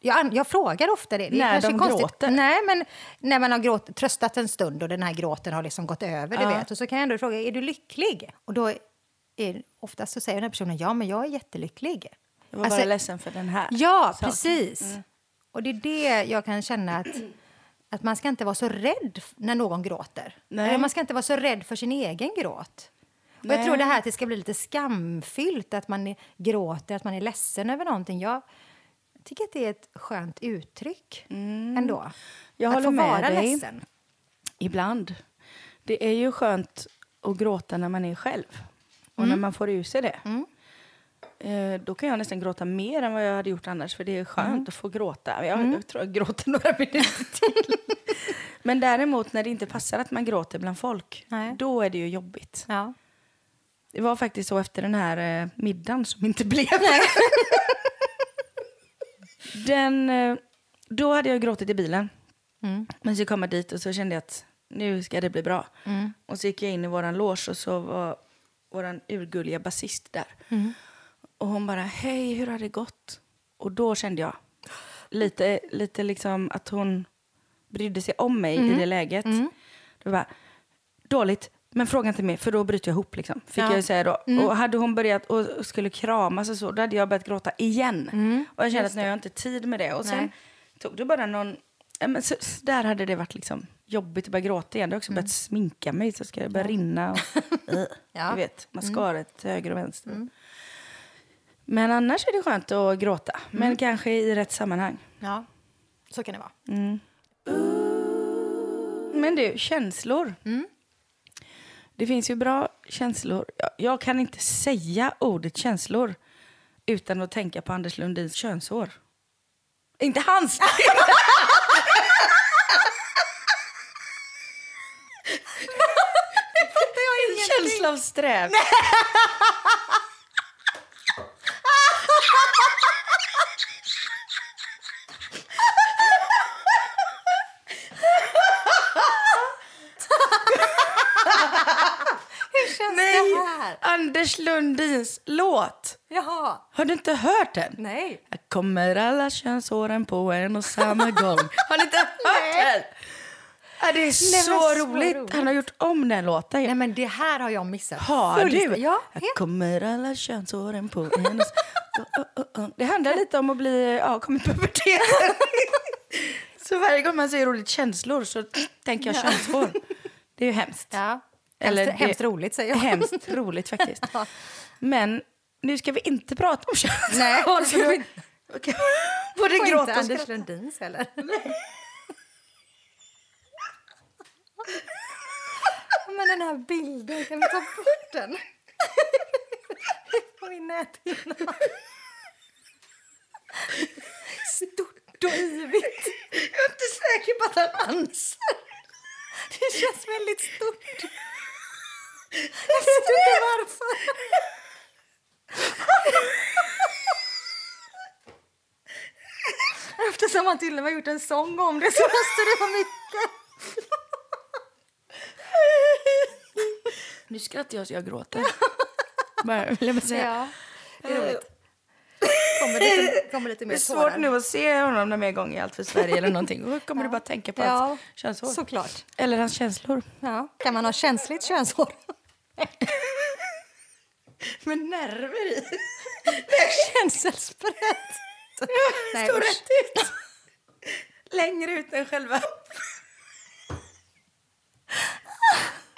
[SPEAKER 1] Jag, an- jag frågar ofta det. det är
[SPEAKER 2] När
[SPEAKER 1] kanske
[SPEAKER 2] de
[SPEAKER 1] konstigt.
[SPEAKER 2] gråter?
[SPEAKER 1] Nej, men när man har gråt, tröstat en stund och den här gråten har liksom gått över. Du
[SPEAKER 2] Ja.
[SPEAKER 1] vet. Och så kan jag ändå fråga, är du lycklig? Och då är, oftast så säger den här personen, ja, men jag är jättelycklig.
[SPEAKER 2] Jag var
[SPEAKER 1] Alltså,
[SPEAKER 2] bara ledsen för den här.
[SPEAKER 1] Ja,
[SPEAKER 2] saken.
[SPEAKER 1] precis. Mm. Och det är det jag kan känna att, att man ska inte vara så rädd f- när någon gråter.
[SPEAKER 2] Nej.
[SPEAKER 1] Eller man ska inte vara så rädd för sin egen gråt. Och jag
[SPEAKER 2] Nej.
[SPEAKER 1] tror det här att det ska bli lite skamfyllt, att man är, gråter, att man är ledsen över någonting. Jag tycker att det är ett skönt uttryck ändå.
[SPEAKER 2] Jag
[SPEAKER 1] att
[SPEAKER 2] håller
[SPEAKER 1] få
[SPEAKER 2] med
[SPEAKER 1] vara
[SPEAKER 2] dig.
[SPEAKER 1] ledsen.
[SPEAKER 2] Ibland. Det är ju skönt att gråta när man är själv och när man får ur sig det. Eh, Då kan jag nästan gråta mer än vad jag hade gjort annars, för det är skönt att få gråta. Jag, jag tror jag gråter några minuter till. Men däremot när det inte passar att man gråter bland folk,
[SPEAKER 1] Nej.
[SPEAKER 2] då är det ju jobbigt.
[SPEAKER 1] Ja.
[SPEAKER 2] Det var faktiskt så efter den här eh, middagen som inte blev. den, eh, då hade jag gråtit i bilen.
[SPEAKER 1] Mm.
[SPEAKER 2] Men så kom jag dit och så kände jag att nu ska det bli bra. Och så gick jag in i våran loge och så var våran urgulliga basist där. Och hon bara, hej, hur har det gått? Och då kände jag lite, lite liksom att hon brydde sig om mig
[SPEAKER 1] Mm-hmm.
[SPEAKER 2] i det läget. Det var bara, dåligt, men fråga inte mer för då bryter jag ihop liksom. Fick
[SPEAKER 1] Ja. Mm.
[SPEAKER 2] jag ju säga då. Och hade hon börjat och och skulle kramas och så, då hade jag börjat gråta igen. Och jag kände att nu har jag inte tid med det. Och sen
[SPEAKER 1] Mm. Nej.
[SPEAKER 2] tog det bara någon, ja, men så, så där hade det varit liksom jobbigt att börja gråta igen. Jag har
[SPEAKER 1] Mm.
[SPEAKER 2] också börjat sminka mig så ska jag börja rinna och,
[SPEAKER 1] Ja.
[SPEAKER 2] du vet, mascara till höger och vänster. Men annars är det skönt att gråta, men kanske i rätt sammanhang.
[SPEAKER 1] ja, så kan det vara.
[SPEAKER 2] Men du, känslor. Det finns ju bra känslor. Jag, jag kan inte säga ordet känslor utan att tänka på Anders Lundins könshår. Inte hans! Känsla av sträv.
[SPEAKER 1] Hur känns
[SPEAKER 2] Nej,
[SPEAKER 1] det här?
[SPEAKER 2] Anders Lundins låt.
[SPEAKER 1] Jaha,
[SPEAKER 2] Har du inte hört den?
[SPEAKER 1] nej.
[SPEAKER 2] Här kommer alla könshåren på en och samma gång. Har ni inte hört den? Ja, det är
[SPEAKER 1] men
[SPEAKER 2] så,
[SPEAKER 1] så
[SPEAKER 2] roligt.
[SPEAKER 1] roligt.
[SPEAKER 2] Han har gjort om den låten.
[SPEAKER 1] Nej, men det här har jag missat.
[SPEAKER 2] har du?
[SPEAKER 1] Fullständigt. Ja,
[SPEAKER 2] Här
[SPEAKER 1] helt
[SPEAKER 2] kommer alla könshåren på en och samma gång. Det handlar lite om att bli, ja, komma i puberteten. så varje gång man säger ordet känslor så tänker jag könshår. Det är ju hemskt.
[SPEAKER 1] Ja.
[SPEAKER 2] Eller
[SPEAKER 1] hemskt,
[SPEAKER 2] det-
[SPEAKER 1] hemskt roligt, säger jag.
[SPEAKER 2] Hemskt roligt faktiskt.
[SPEAKER 1] Ja.
[SPEAKER 2] Men nu ska vi inte prata om könshår.
[SPEAKER 1] Nej, det ska vi inte.
[SPEAKER 2] Okej. Både
[SPEAKER 1] Och
[SPEAKER 2] gråta
[SPEAKER 1] inte
[SPEAKER 2] och
[SPEAKER 1] Anders
[SPEAKER 2] skratta.
[SPEAKER 1] Lundins heller. Men den här bilden, kan vi ta bort den? På min näthinna. Stort och yvigt.
[SPEAKER 2] Jag är inte säker på att han ansar.
[SPEAKER 1] Det känns väldigt stort. Jag vet inte varför. Eftersom han till och med gjort en sång om det så måste det vara mycket.
[SPEAKER 2] Nu skrattar jag så jag gråter. Bara, vill jag bara säga.
[SPEAKER 1] Ja, det är roligt. Kommer lite, kommer lite
[SPEAKER 2] Det är
[SPEAKER 1] mer
[SPEAKER 2] svårt nu att se honom någon mer gång i Allt för Sverige eller någonting. Då kommer du bara tänka på
[SPEAKER 1] Ja,
[SPEAKER 2] hans könshår.
[SPEAKER 1] såklart.
[SPEAKER 2] Eller hans känslor.
[SPEAKER 1] Ja. Kan man ha känsligt könshår?
[SPEAKER 2] Med nerver i.
[SPEAKER 1] Känselspröt. Nej,
[SPEAKER 2] Står
[SPEAKER 1] usch.
[SPEAKER 2] rätt ut. Längre ut än själva.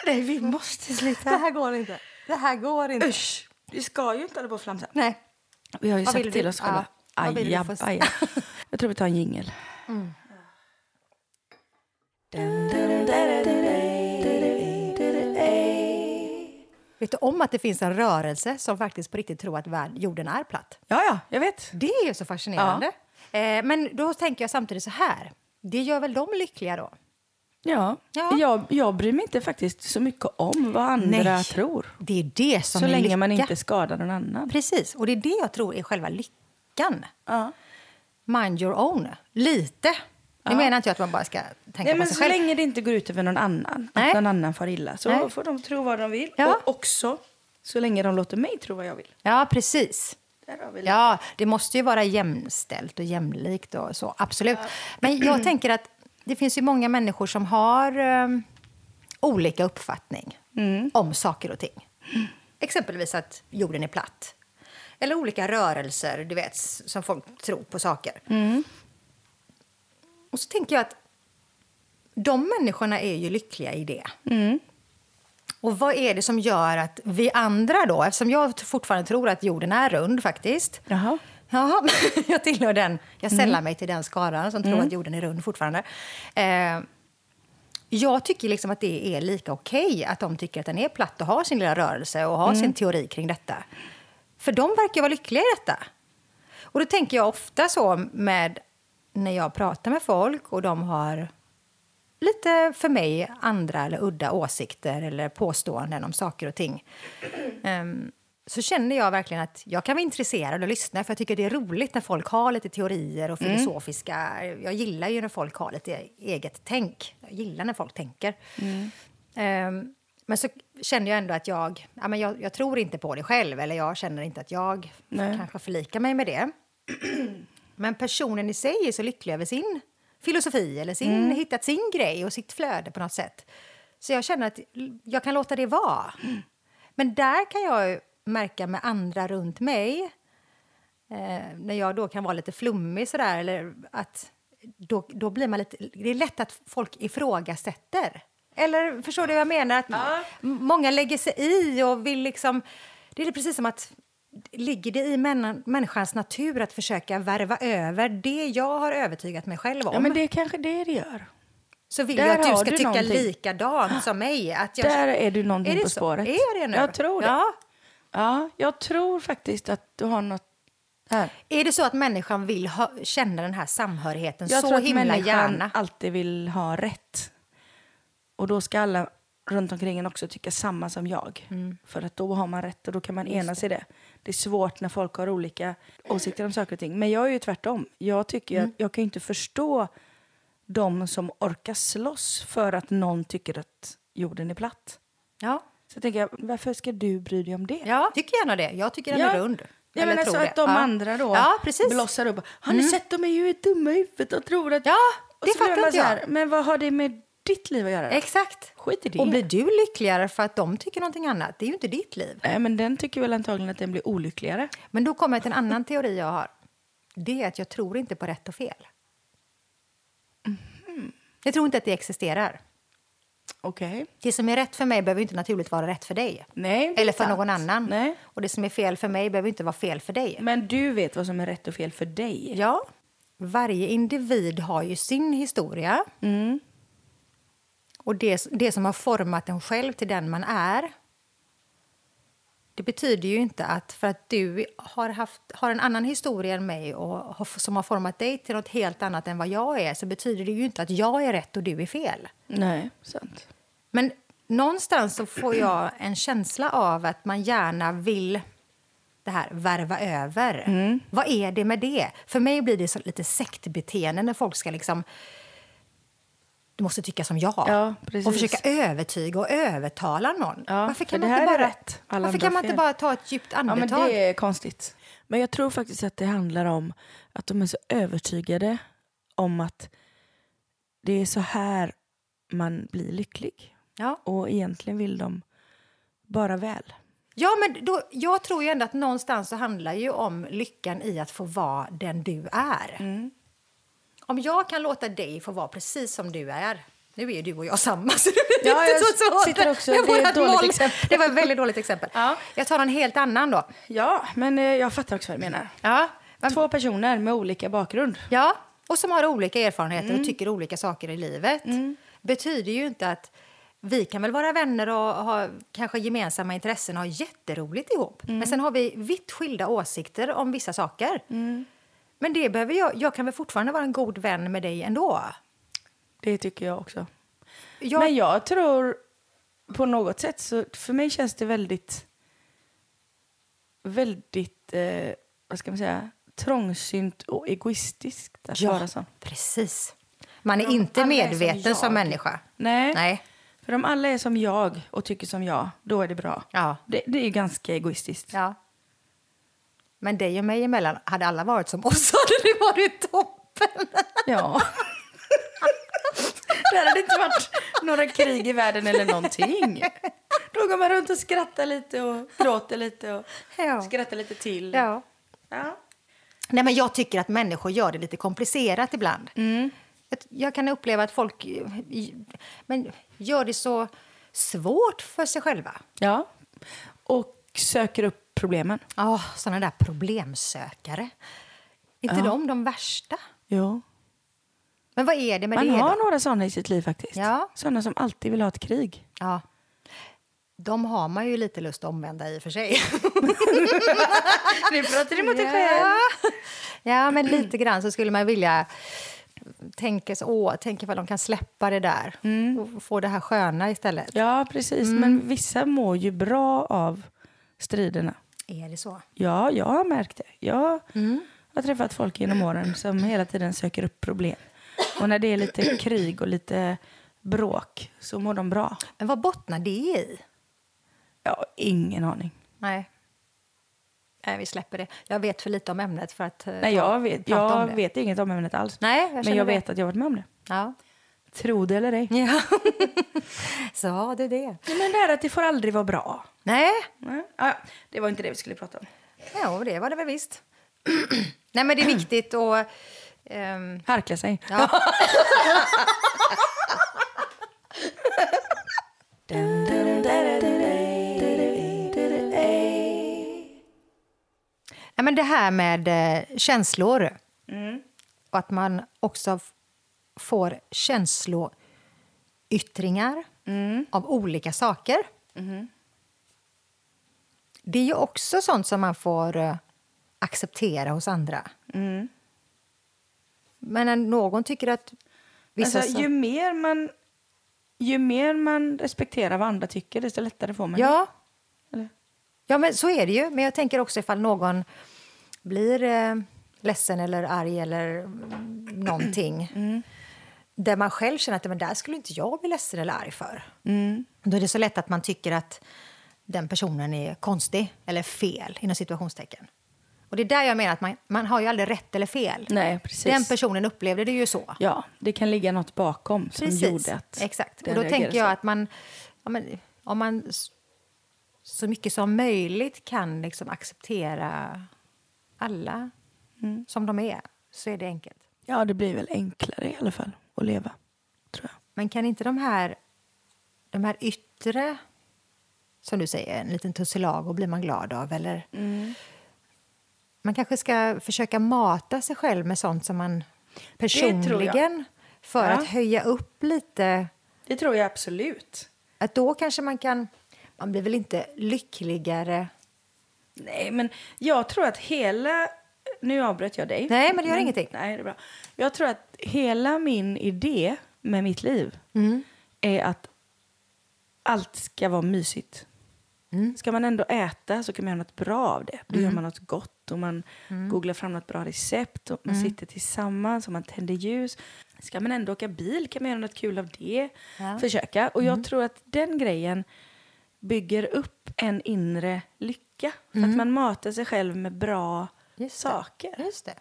[SPEAKER 2] Nej, vi måste
[SPEAKER 1] Det
[SPEAKER 2] sluta.
[SPEAKER 1] här går inte. Det här går inte.
[SPEAKER 2] Usch. Vi ska ju inte hålla på och flamsa.
[SPEAKER 1] Nej.
[SPEAKER 2] Vi har ju
[SPEAKER 1] Vad vill
[SPEAKER 2] sagt till
[SPEAKER 1] du-
[SPEAKER 2] oss själva.
[SPEAKER 1] ja, vad vill du
[SPEAKER 2] Aja,
[SPEAKER 1] få s-
[SPEAKER 2] aja. Jag tror vi tar en jingel.
[SPEAKER 1] Vet du om att det finns en rörelse som faktiskt på riktigt tror att världen, jorden är platt?
[SPEAKER 2] Ja, ja, jag vet.
[SPEAKER 1] Det är ju så fascinerande. Eh, men då tänker jag samtidigt så här. Det gör väl dem lyckliga då?
[SPEAKER 2] Ja.
[SPEAKER 1] Ja.
[SPEAKER 2] Jag, jag bryr mig inte faktiskt så mycket om vad andra
[SPEAKER 1] Nej.
[SPEAKER 2] tror.
[SPEAKER 1] Det är det som
[SPEAKER 2] Så
[SPEAKER 1] är
[SPEAKER 2] länge
[SPEAKER 1] lycka.
[SPEAKER 2] man inte skadar någon annan.
[SPEAKER 1] Precis, och det är det jag tror är själva lyckan.
[SPEAKER 2] Ja.
[SPEAKER 1] Mind your own, lite. Nu menar inte jag att man bara ska tänka
[SPEAKER 2] Nej,
[SPEAKER 1] på
[SPEAKER 2] men
[SPEAKER 1] sig
[SPEAKER 2] så
[SPEAKER 1] själv.
[SPEAKER 2] länge det inte går ut över någon annan,
[SPEAKER 1] Nej.
[SPEAKER 2] att någon annan far illa, så
[SPEAKER 1] Nej.
[SPEAKER 2] får de tro vad de vill.
[SPEAKER 1] Ja.
[SPEAKER 2] Och också så länge de låter mig tro vad jag vill.
[SPEAKER 1] Ja, precis.
[SPEAKER 2] Där har vi lite.
[SPEAKER 1] Ja, det måste ju vara jämställt och jämlikt och så, absolut. Men jag tänker att det finns ju många människor som har eh, olika uppfattning
[SPEAKER 2] Mm.
[SPEAKER 1] om saker och ting. Exempelvis att jorden är platt. Eller olika rörelser, du vet, s- som folk tror på saker.
[SPEAKER 2] Mm.
[SPEAKER 1] Och så tänker jag att de människorna är ju lyckliga i det. Och vad är det som gör att vi andra då, eftersom jag t- fortfarande tror att jorden är rund faktiskt.
[SPEAKER 2] Jaha.
[SPEAKER 1] Ja, jag tillhör den. Jag sällar mig till den skaran som tror att jorden är rund fortfarande. Eh, jag tycker liksom att det är lika okej att de tycker att den är platt och har sin lilla rörelse och har sin teori kring detta. För de verkar vara lyckliga i detta. Och då tänker jag ofta så med när jag pratar med folk och de har lite för mig andra eller udda åsikter eller påståenden om saker och ting. Ehm, så känner jag verkligen att jag kan vara intresserad och lyssna för jag tycker det är roligt när folk har lite teorier och filosofiska... Jag gillar ju när folk har lite eget tänk. Jag gillar när folk tänker. Ehm, men så känner jag ändå att jag, ja, men jag... Jag tror inte på det själv eller jag känner inte att jag
[SPEAKER 2] Nej.
[SPEAKER 1] kanske förlikar mig med det. Men personen i sig är så lycklig över sin filosofi eller sin, hittat sin grej och sitt flöde på något sätt. Så jag känner att l- jag kan låta det vara. Men där kan jag ju märka med andra runt mig eh, när jag då kan vara lite flummig sådär, eller att då, då blir man lite... Det är lätt att folk ifrågasätter. Eller förstår du vad jag menar? Att m- Många lägger sig i och vill liksom... Det är precis som att ligger det i män, människans natur att försöka värva över det jag har övertygat mig själv om
[SPEAKER 2] Ja, men det är kanske det det gör.
[SPEAKER 1] så vill
[SPEAKER 2] där
[SPEAKER 1] jag att du
[SPEAKER 2] har
[SPEAKER 1] ska
[SPEAKER 2] du
[SPEAKER 1] tycka
[SPEAKER 2] någonting.
[SPEAKER 1] likadant som mig. Att jag,
[SPEAKER 2] Där är du någonting
[SPEAKER 1] Är det
[SPEAKER 2] på
[SPEAKER 1] så?
[SPEAKER 2] spåret.
[SPEAKER 1] Är jag det nu?
[SPEAKER 2] Jag tror det.
[SPEAKER 1] Ja.
[SPEAKER 2] Ja, jag tror faktiskt att du har något här.
[SPEAKER 1] Är det så att människan vill ha, känna den här samhörigheten
[SPEAKER 2] Jag
[SPEAKER 1] så
[SPEAKER 2] tror att
[SPEAKER 1] himla
[SPEAKER 2] människan
[SPEAKER 1] gärna?
[SPEAKER 2] alltid vill ha rätt. Och då ska alla runt omkring en också tycka samma som jag.
[SPEAKER 1] Mm.
[SPEAKER 2] För att då har man rätt och då kan man enas i det. Det är svårt när folk har olika åsikter om saker och ting. Men jag är ju tvärtom. Jag tycker
[SPEAKER 1] Mm.
[SPEAKER 2] ju att jag kan ju inte förstå de som orkar slåss för att någon tycker att jorden är platt.
[SPEAKER 1] Ja.
[SPEAKER 2] Så tänker jag, varför ska du bry dig om det?
[SPEAKER 1] ja, tycker gärna det. Jag tycker den är rund.
[SPEAKER 2] Ja, men
[SPEAKER 1] Eller
[SPEAKER 2] alltså
[SPEAKER 1] tror
[SPEAKER 2] att
[SPEAKER 1] det.
[SPEAKER 2] de
[SPEAKER 1] ja.
[SPEAKER 2] andra då
[SPEAKER 1] Ja, precis. Mm.
[SPEAKER 2] blossar upp. Har ni sett, de är ju dumma i huvudet och tror att...
[SPEAKER 1] Ja,
[SPEAKER 2] Och
[SPEAKER 1] det
[SPEAKER 2] så blir
[SPEAKER 1] fattar
[SPEAKER 2] man
[SPEAKER 1] inte
[SPEAKER 2] så här,
[SPEAKER 1] jag.
[SPEAKER 2] Men vad har det med ditt liv att göra?
[SPEAKER 1] Exakt.
[SPEAKER 2] Skit i det.
[SPEAKER 1] Och blir du lyckligare för att de tycker någonting annat? Det är ju inte ditt liv.
[SPEAKER 2] Nej, men den tycker väl antagligen att den blir olyckligare.
[SPEAKER 1] Men då kommer jag till en annan teori jag har. Det är att jag tror inte på rätt och fel. Jag tror inte att det existerar.
[SPEAKER 2] Okej.
[SPEAKER 1] Det som är rätt för mig behöver ju inte naturligt vara rätt för dig.
[SPEAKER 2] Nej, det är
[SPEAKER 1] Eller för
[SPEAKER 2] sant.
[SPEAKER 1] någon annan.
[SPEAKER 2] Nej.
[SPEAKER 1] Och det som är fel för mig behöver inte vara fel för dig.
[SPEAKER 2] Men du vet vad som är rätt och fel för dig.
[SPEAKER 1] Ja. Varje individ har ju sin historia. Och det, det som har format en själv till den man är det betyder ju inte att för att du har, haft, har en annan historia än mig och har, som har format dig till något helt annat än vad jag är så betyder det ju inte att jag är rätt och du är fel.
[SPEAKER 2] Nej, sant.
[SPEAKER 1] Men någonstans så får jag en känsla av att man gärna vill det här värva över.
[SPEAKER 2] Mm.
[SPEAKER 1] Vad är det med det? För mig blir det så lite sektbeteende när folk ska liksom... Du måste tycka som jag.
[SPEAKER 2] Ja, precis.
[SPEAKER 1] och försöka övertyga och övertala någon.
[SPEAKER 2] Ja,
[SPEAKER 1] varför
[SPEAKER 2] för
[SPEAKER 1] kan,
[SPEAKER 2] det
[SPEAKER 1] man inte,
[SPEAKER 2] här är
[SPEAKER 1] bara,
[SPEAKER 2] rätt, alla
[SPEAKER 1] varför
[SPEAKER 2] andra
[SPEAKER 1] kan man inte
[SPEAKER 2] fel.
[SPEAKER 1] bara ta ett djupt
[SPEAKER 2] Ja, men
[SPEAKER 1] andetag?
[SPEAKER 2] det är konstigt. Men jag tror faktiskt att det handlar om att de är så övertygade om att det är så här man blir lycklig.
[SPEAKER 1] ja.
[SPEAKER 2] Och egentligen vill de bara väl.
[SPEAKER 1] ja, men då, jag tror ju ändå att någonstans så handlar ju om lyckan i att få vara
[SPEAKER 2] Mm.
[SPEAKER 1] den du är. Om jag kan låta dig få vara precis som du är Nu är du och jag samma, så det blir
[SPEAKER 2] Ja,
[SPEAKER 1] inte
[SPEAKER 2] jag
[SPEAKER 1] så svårt.
[SPEAKER 2] sitter också-
[SPEAKER 1] Med
[SPEAKER 2] det är ett
[SPEAKER 1] vårt
[SPEAKER 2] dåligt
[SPEAKER 1] mål.
[SPEAKER 2] exempel.
[SPEAKER 1] Det var ett väldigt dåligt exempel.
[SPEAKER 2] Ja.
[SPEAKER 1] Jag tar en helt annan då.
[SPEAKER 2] Ja, men eh, jag fattar också vad du menar.
[SPEAKER 1] Ja.
[SPEAKER 2] Två personer med olika bakgrund.
[SPEAKER 1] Ja, och som har olika erfarenheter
[SPEAKER 2] Mm.
[SPEAKER 1] och tycker olika saker i livet. Betyder ju inte att vi kan väl vara vänner och ha kanske gemensamma intressen och ha jätteroligt ihop.
[SPEAKER 2] Mm.
[SPEAKER 1] Men sen har vi vitt skilda åsikter om vissa saker.
[SPEAKER 2] Mm.
[SPEAKER 1] Men det behöver jag, jag kan väl fortfarande vara en god vän med dig ändå?
[SPEAKER 2] Det tycker jag också.
[SPEAKER 1] Jag,
[SPEAKER 2] Men jag tror på något sätt så för mig känns det väldigt väldigt, eh, vad ska man säga, trångsynt och egoistiskt att
[SPEAKER 1] Ja.
[SPEAKER 2] vara sån.
[SPEAKER 1] Precis. Man är
[SPEAKER 2] Ja,
[SPEAKER 1] inte
[SPEAKER 2] alla är som
[SPEAKER 1] medveten som,
[SPEAKER 2] jag.
[SPEAKER 1] människa.
[SPEAKER 2] Nej.
[SPEAKER 1] Nej.
[SPEAKER 2] För om alla är som jag och tycker som jag, då är det bra.
[SPEAKER 1] Ja.
[SPEAKER 2] Det, det är ju ganska egoistiskt.
[SPEAKER 1] Ja. Men dig och mig emellan, hade alla varit som oss hade det varit toppen.
[SPEAKER 2] Ja. det hade inte varit några krig i världen eller någonting. Då går man runt och skrattar lite och gråter lite och
[SPEAKER 1] Ja.
[SPEAKER 2] skrattar lite till.
[SPEAKER 1] Ja.
[SPEAKER 2] Ja.
[SPEAKER 1] Nej, men jag tycker att människor gör det lite komplicerat ibland. Att Jag kan uppleva att folk eh, i- men gör det så svårt för sig själva.
[SPEAKER 2] Ja. Och söker upp problemen.
[SPEAKER 1] Ja, sådana där problemsökare. inte de de värsta?
[SPEAKER 2] Jo.
[SPEAKER 1] Men vad är det med
[SPEAKER 2] Man
[SPEAKER 1] det?
[SPEAKER 2] har
[SPEAKER 1] då?
[SPEAKER 2] några sådana i sitt liv faktiskt.
[SPEAKER 1] Ja.
[SPEAKER 2] Sådana som alltid vill ha ett krig.
[SPEAKER 1] Ja. De har man ju lite lust att omvända i och för sig.
[SPEAKER 2] Nu pratar du
[SPEAKER 1] Ja. ja, men lite grann så skulle man vilja tänka så, åh, tänk ifall de kan släppa det där och få det här sköna istället.
[SPEAKER 2] Ja, precis. Men vissa mår ju bra av striderna.
[SPEAKER 1] Är det så?
[SPEAKER 2] Ja, jag har märkt det. Jag har träffat folk genom åren som hela tiden söker upp problem. Och när det är lite krig och lite bråk så mår de bra.
[SPEAKER 1] Men vad bottnar det i?
[SPEAKER 2] Jag har ingen aning.
[SPEAKER 1] Nej. Nej, vi släpper det. Jag vet för lite om ämnet för att eh,
[SPEAKER 2] Nej,
[SPEAKER 1] ta-
[SPEAKER 2] jag vet,
[SPEAKER 1] prata om
[SPEAKER 2] jag
[SPEAKER 1] det.
[SPEAKER 2] vet inget om ämnet alls.
[SPEAKER 1] Nej, jag
[SPEAKER 2] Men
[SPEAKER 1] känner
[SPEAKER 2] jag
[SPEAKER 1] det.
[SPEAKER 2] vet att jag har varit med om det.
[SPEAKER 1] Ja.
[SPEAKER 2] Tro det eller ej.
[SPEAKER 1] ja. så det är det.
[SPEAKER 2] Nej, Men det här att det får aldrig vara bra.
[SPEAKER 1] Nej,
[SPEAKER 2] Nej. Ah, det var inte det vi skulle prata om.
[SPEAKER 1] jo, det var det väl visst. Nej, men det är viktigt att... ehm,
[SPEAKER 2] Harkla sig.
[SPEAKER 1] ja. Nej, men det här med eh, känslor. Och att man också f- får känsloyttringar av olika saker. Det är ju också sånt som man får eh, acceptera hos andra.
[SPEAKER 2] Mm.
[SPEAKER 1] Men när någon tycker att... Vissa
[SPEAKER 2] Alltså,
[SPEAKER 1] sa-
[SPEAKER 2] ju, mer man, ju mer man respekterar vad andra tycker desto lättare får man det.
[SPEAKER 1] Ja.
[SPEAKER 2] Eller?
[SPEAKER 1] ja, men så är det ju. Men jag tänker också ifall någon blir eh, ledsen eller arg eller mm, någonting
[SPEAKER 2] Mm.
[SPEAKER 1] där man själv känner att men där skulle inte jag bli ledsen eller arg för.
[SPEAKER 2] Mm.
[SPEAKER 1] Då är det så lätt att man tycker att den personen är konstig eller fel, inom situationstecken. Och det är där jag menar att man, man har ju aldrig rätt eller fel.
[SPEAKER 2] Nej, precis.
[SPEAKER 1] Den personen upplevde det ju så.
[SPEAKER 2] Ja, det kan ligga något bakom som gjorde att
[SPEAKER 1] Exakt.
[SPEAKER 2] den
[SPEAKER 1] Och då
[SPEAKER 2] reagerade
[SPEAKER 1] tänker jag
[SPEAKER 2] så.
[SPEAKER 1] att man, ja, men, om man s- så mycket som möjligt kan liksom acceptera alla
[SPEAKER 2] Mm.
[SPEAKER 1] som de är, så är det enkelt.
[SPEAKER 2] Ja, det blir väl enklare i alla fall att leva, tror jag.
[SPEAKER 1] Men kan inte de här, de här yttre, som du säger, en liten tussilago blir man glad av, eller...
[SPEAKER 2] Mm.
[SPEAKER 1] Man kanske ska försöka mata sig själv med sånt som man
[SPEAKER 2] tror jag.
[SPEAKER 1] personligen...
[SPEAKER 2] Ja.
[SPEAKER 1] För att höja upp lite
[SPEAKER 2] Det tror jag absolut.
[SPEAKER 1] Att då kanske man kan... Man blir väl inte lyckligare...
[SPEAKER 2] Nej, men jag tror att hela... Nu avbröt jag dig. Mm.
[SPEAKER 1] Nej, men det gör ingenting.
[SPEAKER 2] Nej, det är bra. Jag tror att hela min idé med mitt liv är att allt ska vara mysigt.
[SPEAKER 1] Mm.
[SPEAKER 2] Ska man ändå äta så kan man göra något bra av det. Då gör man något gott och man
[SPEAKER 1] Mm.
[SPEAKER 2] googlar fram något bra recept och man sitter tillsammans och man tänder ljus. Ska man ändå åka bil kan man göra något kul av det.
[SPEAKER 1] Ja. Mm.
[SPEAKER 2] Försöka. Och jag tror att den grejen bygger upp en inre lycka. För att man matar sig själv med bra
[SPEAKER 1] Mm. Just det.
[SPEAKER 2] saker.
[SPEAKER 1] Just det.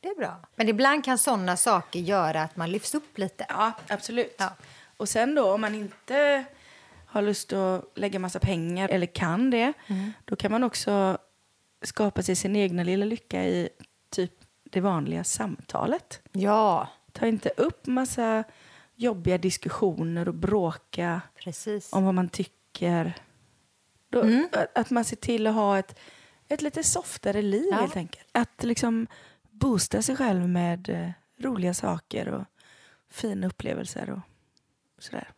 [SPEAKER 1] Det är bra. Men ibland kan såna saker göra att man lyfts upp lite.
[SPEAKER 2] Ja, absolut.
[SPEAKER 1] Ja.
[SPEAKER 2] Och sen då om man inte har lust att lägga massa pengar eller kan det, då kan man också skapa sig sin egna lilla lycka i typ det vanliga samtalet.
[SPEAKER 1] Ja.
[SPEAKER 2] Ta inte upp massa jobbiga diskussioner och bråka
[SPEAKER 1] Precis.
[SPEAKER 2] om vad man tycker. Då, att- Att man ser till att ha ett, ett lite softare liv
[SPEAKER 1] Ja.
[SPEAKER 2] helt enkelt. Att liksom boosta sig själv med eh, roliga saker och fina upplevelser och sådär.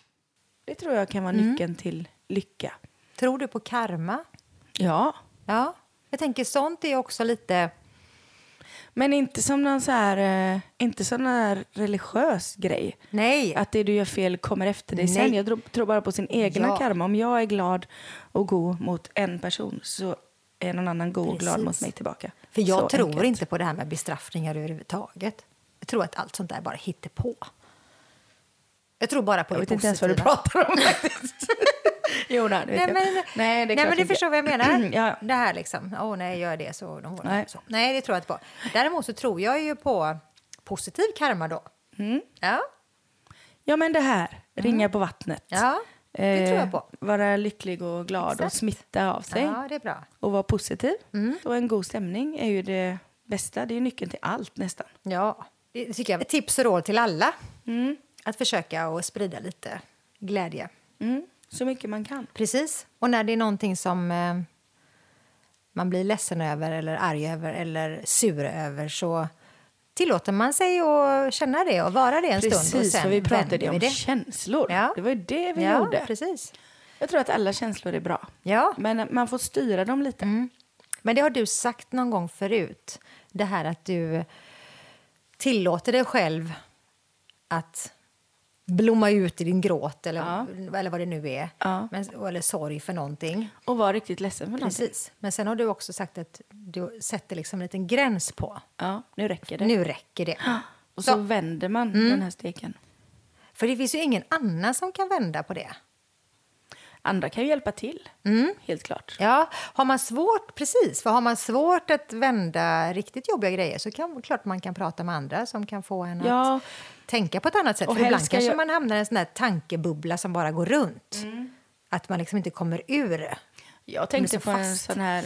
[SPEAKER 2] Det tror jag kan vara nyckeln till lycka.
[SPEAKER 1] Tror du på karma?
[SPEAKER 2] Ja.
[SPEAKER 1] Ja. Jag tänker sånt är också lite...
[SPEAKER 2] Men inte som någon så här, eh, inte sån här religiös grej.
[SPEAKER 1] Nej.
[SPEAKER 2] Att det du gör fel kommer efter dig
[SPEAKER 1] Nej.
[SPEAKER 2] sen. Jag tror- tror bara på sin egna
[SPEAKER 1] Ja.
[SPEAKER 2] karma. Om jag är glad och god mot en person så är någon annan god och glad
[SPEAKER 1] Precis.
[SPEAKER 2] mot mig tillbaka.
[SPEAKER 1] För jag
[SPEAKER 2] Så
[SPEAKER 1] tror
[SPEAKER 2] enkelt.
[SPEAKER 1] inte på det här med bestraffningar överhuvudtaget. Jag tror att allt sånt där bara hittar på. Jag tror bara på
[SPEAKER 2] Jag
[SPEAKER 1] det
[SPEAKER 2] vet inte ens vad
[SPEAKER 1] positiva.
[SPEAKER 2] du pratar om faktiskt. jo, nej, det vet
[SPEAKER 1] Nej, men,
[SPEAKER 2] jag. Nej, det är
[SPEAKER 1] nej,
[SPEAKER 2] klart
[SPEAKER 1] men du
[SPEAKER 2] inte.
[SPEAKER 1] förstår vad jag menar.
[SPEAKER 2] ja.
[SPEAKER 1] Det här liksom, åh nej, gör jag det så de får
[SPEAKER 2] Nej.
[SPEAKER 1] nej. så. Nej, det tror jag inte på. Däremot så tror jag ju på positiv karma då.
[SPEAKER 2] Mm.
[SPEAKER 1] Ja,
[SPEAKER 2] ja, men det här. Ringa på vattnet.
[SPEAKER 1] Mm.
[SPEAKER 2] Eh,
[SPEAKER 1] ja, det tror jag på.
[SPEAKER 2] Vara lycklig och glad och
[SPEAKER 1] Exakt.
[SPEAKER 2] smitta av sig.
[SPEAKER 1] Ja, Mm. det är bra.
[SPEAKER 2] Och vara positiv. Och en god stämning är ju det bästa. Det är ju nyckeln till allt nästan.
[SPEAKER 1] Ja, det tycker jag. är ett Tips och råd till alla. Att försöka och sprida lite glädje.
[SPEAKER 2] Mm. Så mycket man kan.
[SPEAKER 1] Precis. Och när det är någonting som eh, man blir ledsen över eller arg över eller sur över så tillåter man sig att känna det och vara det en stund. Och
[SPEAKER 2] Precis,
[SPEAKER 1] sen
[SPEAKER 2] för vi pratade ju
[SPEAKER 1] vänder
[SPEAKER 2] om
[SPEAKER 1] vi det.
[SPEAKER 2] känslor.
[SPEAKER 1] Ja.
[SPEAKER 2] Det var ju det vi
[SPEAKER 1] ja,
[SPEAKER 2] gjorde.
[SPEAKER 1] Precis.
[SPEAKER 2] Jag tror att alla känslor är bra.
[SPEAKER 1] Ja. Mm.
[SPEAKER 2] Men man får styra dem lite.
[SPEAKER 1] Men det har du sagt någon gång förut, det här att du tillåter dig själv att blomma ut i din gråt eller, eller vad det nu är,
[SPEAKER 2] Ja.
[SPEAKER 1] men, eller sorg för någonting.
[SPEAKER 2] Och vara riktigt ledsen för någonting.
[SPEAKER 1] Precis. Men sen har du också sagt att du sätter liksom en liten gräns på.
[SPEAKER 2] Ja, nu räcker det.
[SPEAKER 1] Nu Mm. räcker det.
[SPEAKER 2] Och så vänder man den här steken.
[SPEAKER 1] För det finns ju ingen annan som kan vända på det.
[SPEAKER 2] Andra kan ju hjälpa till, helt klart.
[SPEAKER 1] Mm. Ja, har man svårt, precis, för har man svårt att vända riktigt jobbiga grejer så kan, klart man kan prata med andra som kan få en
[SPEAKER 2] Ja.
[SPEAKER 1] att tänka på ett annat sätt.
[SPEAKER 2] Och
[SPEAKER 1] för ibland
[SPEAKER 2] helst ska
[SPEAKER 1] kanske
[SPEAKER 2] jag-
[SPEAKER 1] man hamnar i en sån där tankebubbla som bara går runt. Att man liksom inte kommer ur det.
[SPEAKER 2] Jag tänkte
[SPEAKER 1] så
[SPEAKER 2] på en
[SPEAKER 1] fast.
[SPEAKER 2] sån här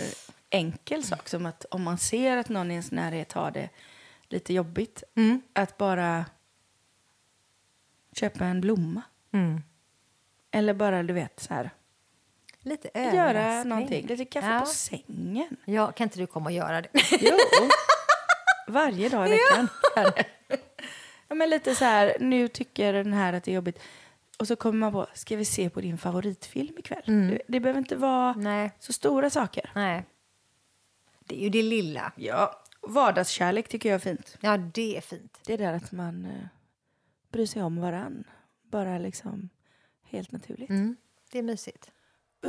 [SPEAKER 2] enkel sak som att om man ser att någon i ens närhet har det lite jobbigt,
[SPEAKER 1] Mm.
[SPEAKER 2] att bara köpa en blomma.
[SPEAKER 1] Mm.
[SPEAKER 2] Eller bara, du vet, så här,
[SPEAKER 1] Lite
[SPEAKER 2] göra
[SPEAKER 1] överraskning.
[SPEAKER 2] någonting. Lite kaffe
[SPEAKER 1] ja.
[SPEAKER 2] på sängen.
[SPEAKER 1] Ja, kan inte du komma och göra det?
[SPEAKER 2] Jo. Varje dag i veckan. Ja, men lite så här, nu tycker den här att det är jobbigt. Och så kommer man på, ska vi se på din favoritfilm ikväll? Det, det behöver inte vara
[SPEAKER 1] Nej.
[SPEAKER 2] så stora saker.
[SPEAKER 1] Nej. Det är ju det lilla.
[SPEAKER 2] Ja, vardagskärlek tycker jag är fint.
[SPEAKER 1] Ja, det är fint.
[SPEAKER 2] Det är där att man eh, bryr sig om varann. Bara liksom helt naturligt.
[SPEAKER 1] Mm. Det är mysigt.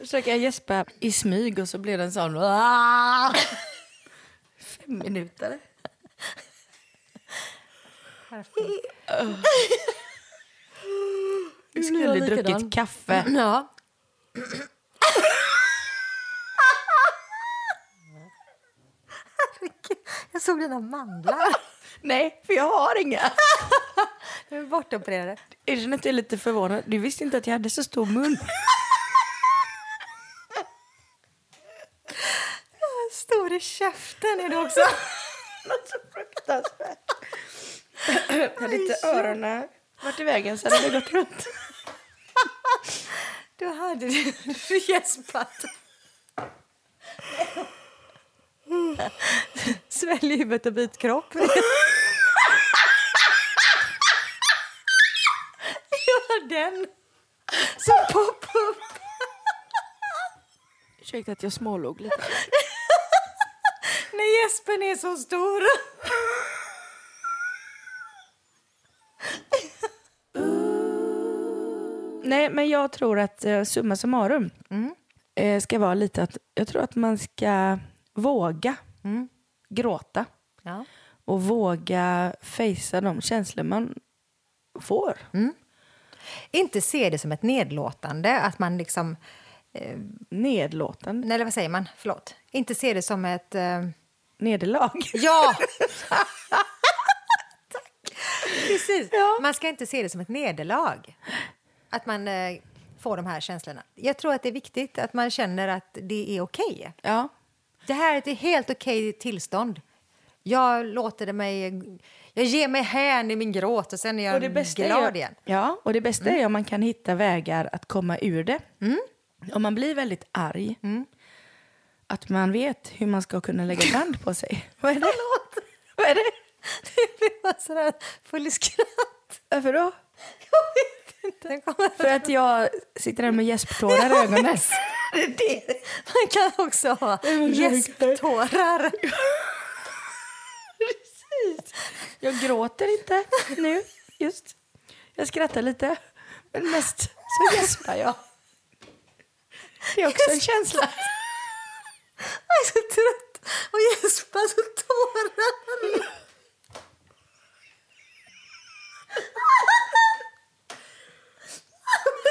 [SPEAKER 2] Försöker jag gäspa i smyg och så blir det en sån... "Ah!" Fem minuter. Jag skulle
[SPEAKER 1] Jag likadan.
[SPEAKER 2] druckit kaffe.
[SPEAKER 1] Ja. Herregud, Jag såg dina mandlar.
[SPEAKER 2] Nej, för jag har inga.
[SPEAKER 1] De är bortopererade.
[SPEAKER 2] Erkänn att jag är lite förvånad. Du visste inte att jag hade så stor mun.
[SPEAKER 1] Stor i käften är du också.
[SPEAKER 2] Något så fruktansvärt. Jag hade inte öronen varit i vägen så hade det gått runt.
[SPEAKER 1] Du hade du gäspat. Svälj huvudet och byt kropp. Gör den som pop-up.
[SPEAKER 2] Ursäkta att jag smålog lite.
[SPEAKER 1] När gäspen är så stor.
[SPEAKER 2] Nej, men jag tror att eh, summa summarum
[SPEAKER 1] Mm.
[SPEAKER 2] eh, ska vara lite att jag tror att man ska våga
[SPEAKER 1] Mm.
[SPEAKER 2] gråta
[SPEAKER 1] Ja.
[SPEAKER 2] och våga fejsa de känslor man får.
[SPEAKER 1] Mm. Inte se det som ett nedlåtande, att man liksom...
[SPEAKER 2] Nedlåtande.
[SPEAKER 1] Nej, eller vad säger man? Förlåt. Inte se det som ett... Eh,
[SPEAKER 2] Nederlag.
[SPEAKER 1] ja! Precis. Man ska inte se det som ett nederlag, att man eh, får de här känslorna. Jag tror att det är viktigt att man känner att det är okej.
[SPEAKER 2] Ja.
[SPEAKER 1] Det här är ett helt okej tillstånd. Jag låter det mig... Jag ger mig hän i min gråt och sen är jag
[SPEAKER 2] Och det bästa
[SPEAKER 1] glad
[SPEAKER 2] är, ju-
[SPEAKER 1] igen. Mm.
[SPEAKER 2] Ja, och det bästa är om man kan hitta vägar att komma ur det. Om man blir väldigt arg,
[SPEAKER 1] Mm.
[SPEAKER 2] att man vet hur man ska kunna lägga band på sig. Vad är det?
[SPEAKER 1] Förlåt!
[SPEAKER 2] Vad är det?
[SPEAKER 1] Jag blev sådär full i skratt.
[SPEAKER 2] Varför då?
[SPEAKER 1] Den kommer
[SPEAKER 2] För att jag sitter där med gäsptårar i ögonen.
[SPEAKER 1] Det är det. Man kan också ha gäsptårar.
[SPEAKER 2] Jag gråter inte nu, just. Jag skrattar lite, men mest så gäspar jag. Det är också en känsla.
[SPEAKER 1] Jag är så trött och gäspar så tårar.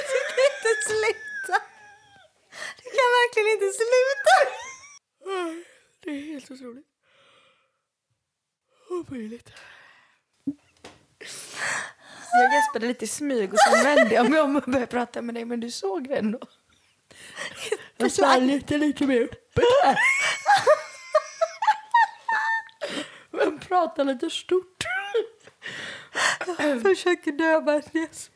[SPEAKER 1] Det kan inte sluta. Det kan verkligen inte sluta.
[SPEAKER 2] Det är helt otroligt. Omöjligt. Jag gäspade lite i smig och sen vände jag mig om och började prata med dig men du såg det ändå. Jag svalget det lite mer öppet här. Men prata lite stort.
[SPEAKER 1] Jag försöker döva en gäsp.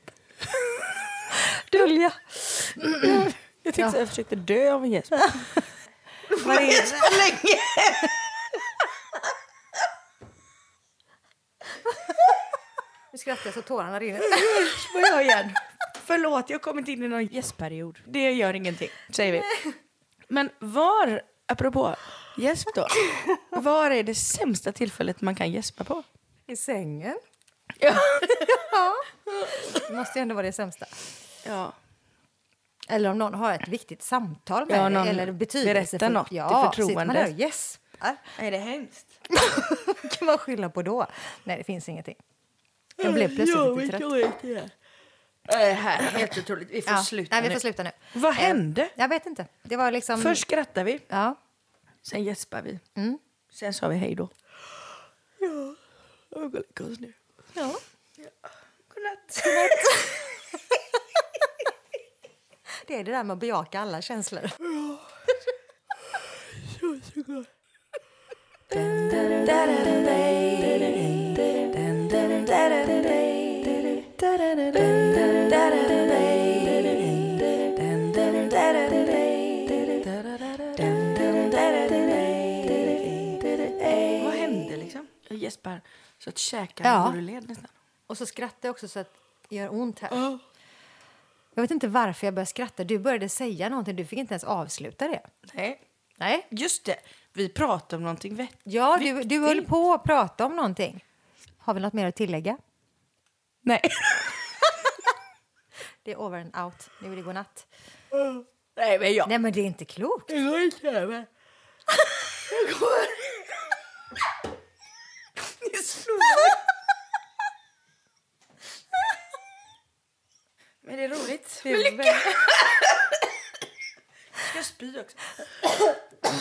[SPEAKER 1] Dölja.
[SPEAKER 2] Jag tyckte jag försökte dö av en gäsp.
[SPEAKER 1] Vad är det?
[SPEAKER 2] För länge!
[SPEAKER 1] Nu skrattar jag så tårarna rinner.
[SPEAKER 2] Vad jag igen. Förlåt, jag har kommit in i någon gästperiod. Det gör ingenting, säger vi. Men var, apropå gäsp då, var är det sämsta tillfället man kan gäspa på?
[SPEAKER 1] I sängen.
[SPEAKER 2] Ja.
[SPEAKER 1] Det måste ju ändå vara det sämsta.
[SPEAKER 2] ja.
[SPEAKER 1] Eller om någon har ett viktigt samtal med
[SPEAKER 2] Ja,
[SPEAKER 1] dig.
[SPEAKER 2] någon
[SPEAKER 1] Eller betydelsefullt.
[SPEAKER 2] berättar något i
[SPEAKER 1] ja, Sitter man
[SPEAKER 2] förtroende.
[SPEAKER 1] där och gäspar,
[SPEAKER 2] Är det hemskt?
[SPEAKER 1] vad kan man skylla på då? Nej, det finns ingenting. Jag blev plötsligt lite trött.
[SPEAKER 2] trött. Det Äh, här är helt otroligt. Vi får
[SPEAKER 1] Ja.
[SPEAKER 2] sluta Äh,
[SPEAKER 1] Nej, vi får
[SPEAKER 2] nu.
[SPEAKER 1] sluta nu.
[SPEAKER 2] Vad hände?
[SPEAKER 1] Jag vet inte. Det var liksom...
[SPEAKER 2] Först skrattar vi,
[SPEAKER 1] Ja.
[SPEAKER 2] sen gäspar vi. Sen sa vi hej då. Mm. Ja, jag går och lägger oss nu.
[SPEAKER 1] ja.
[SPEAKER 2] Godnatt.
[SPEAKER 1] Det är det där med att bejaka alla känslor.
[SPEAKER 2] Vad hände liksom? Jag gäspar så att käkarna
[SPEAKER 1] Ja.
[SPEAKER 2] går ur led nästan.
[SPEAKER 1] Och så skrattar jag också så att det gör ont här. Jag vet inte varför jag började skratta. Du började säga någonting. Du fick inte ens avsluta det.
[SPEAKER 2] Nej.
[SPEAKER 1] Nej.
[SPEAKER 2] Just det, vi pratade om någonting vettigt.
[SPEAKER 1] Ja, du, du höll på att prata om någonting. Har vi något mer att tillägga?
[SPEAKER 2] Nej.
[SPEAKER 1] Det är over and out. Nu är det godnatt.
[SPEAKER 2] Nej men jag...
[SPEAKER 1] Nej, men det är inte klokt.
[SPEAKER 2] Jag går inte över. Jag går... Ni slog mig. Men det är roligt. Men lycka! Ska jag spy också? Vad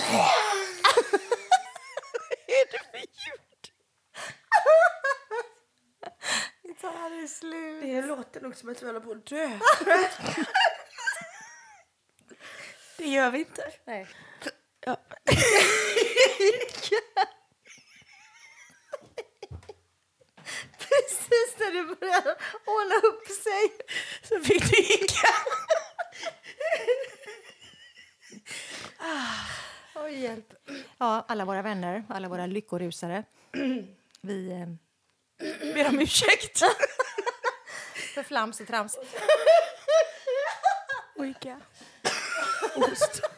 [SPEAKER 2] är det för ljud?
[SPEAKER 1] Det här är slut.
[SPEAKER 2] Det låter nog som att vi håller på att dö. Det gör vi inte.
[SPEAKER 1] Nej.
[SPEAKER 2] Ja.
[SPEAKER 1] Precis när du började ordna upp sig.
[SPEAKER 2] Så fick du hicka.
[SPEAKER 1] Oj, hjälp. Ah. Ja, alla våra vänner, alla våra lyckorusare. Vi... Eh,
[SPEAKER 2] Ber om ursäkt.
[SPEAKER 1] för flams och trams.
[SPEAKER 2] Och Ica. Ost.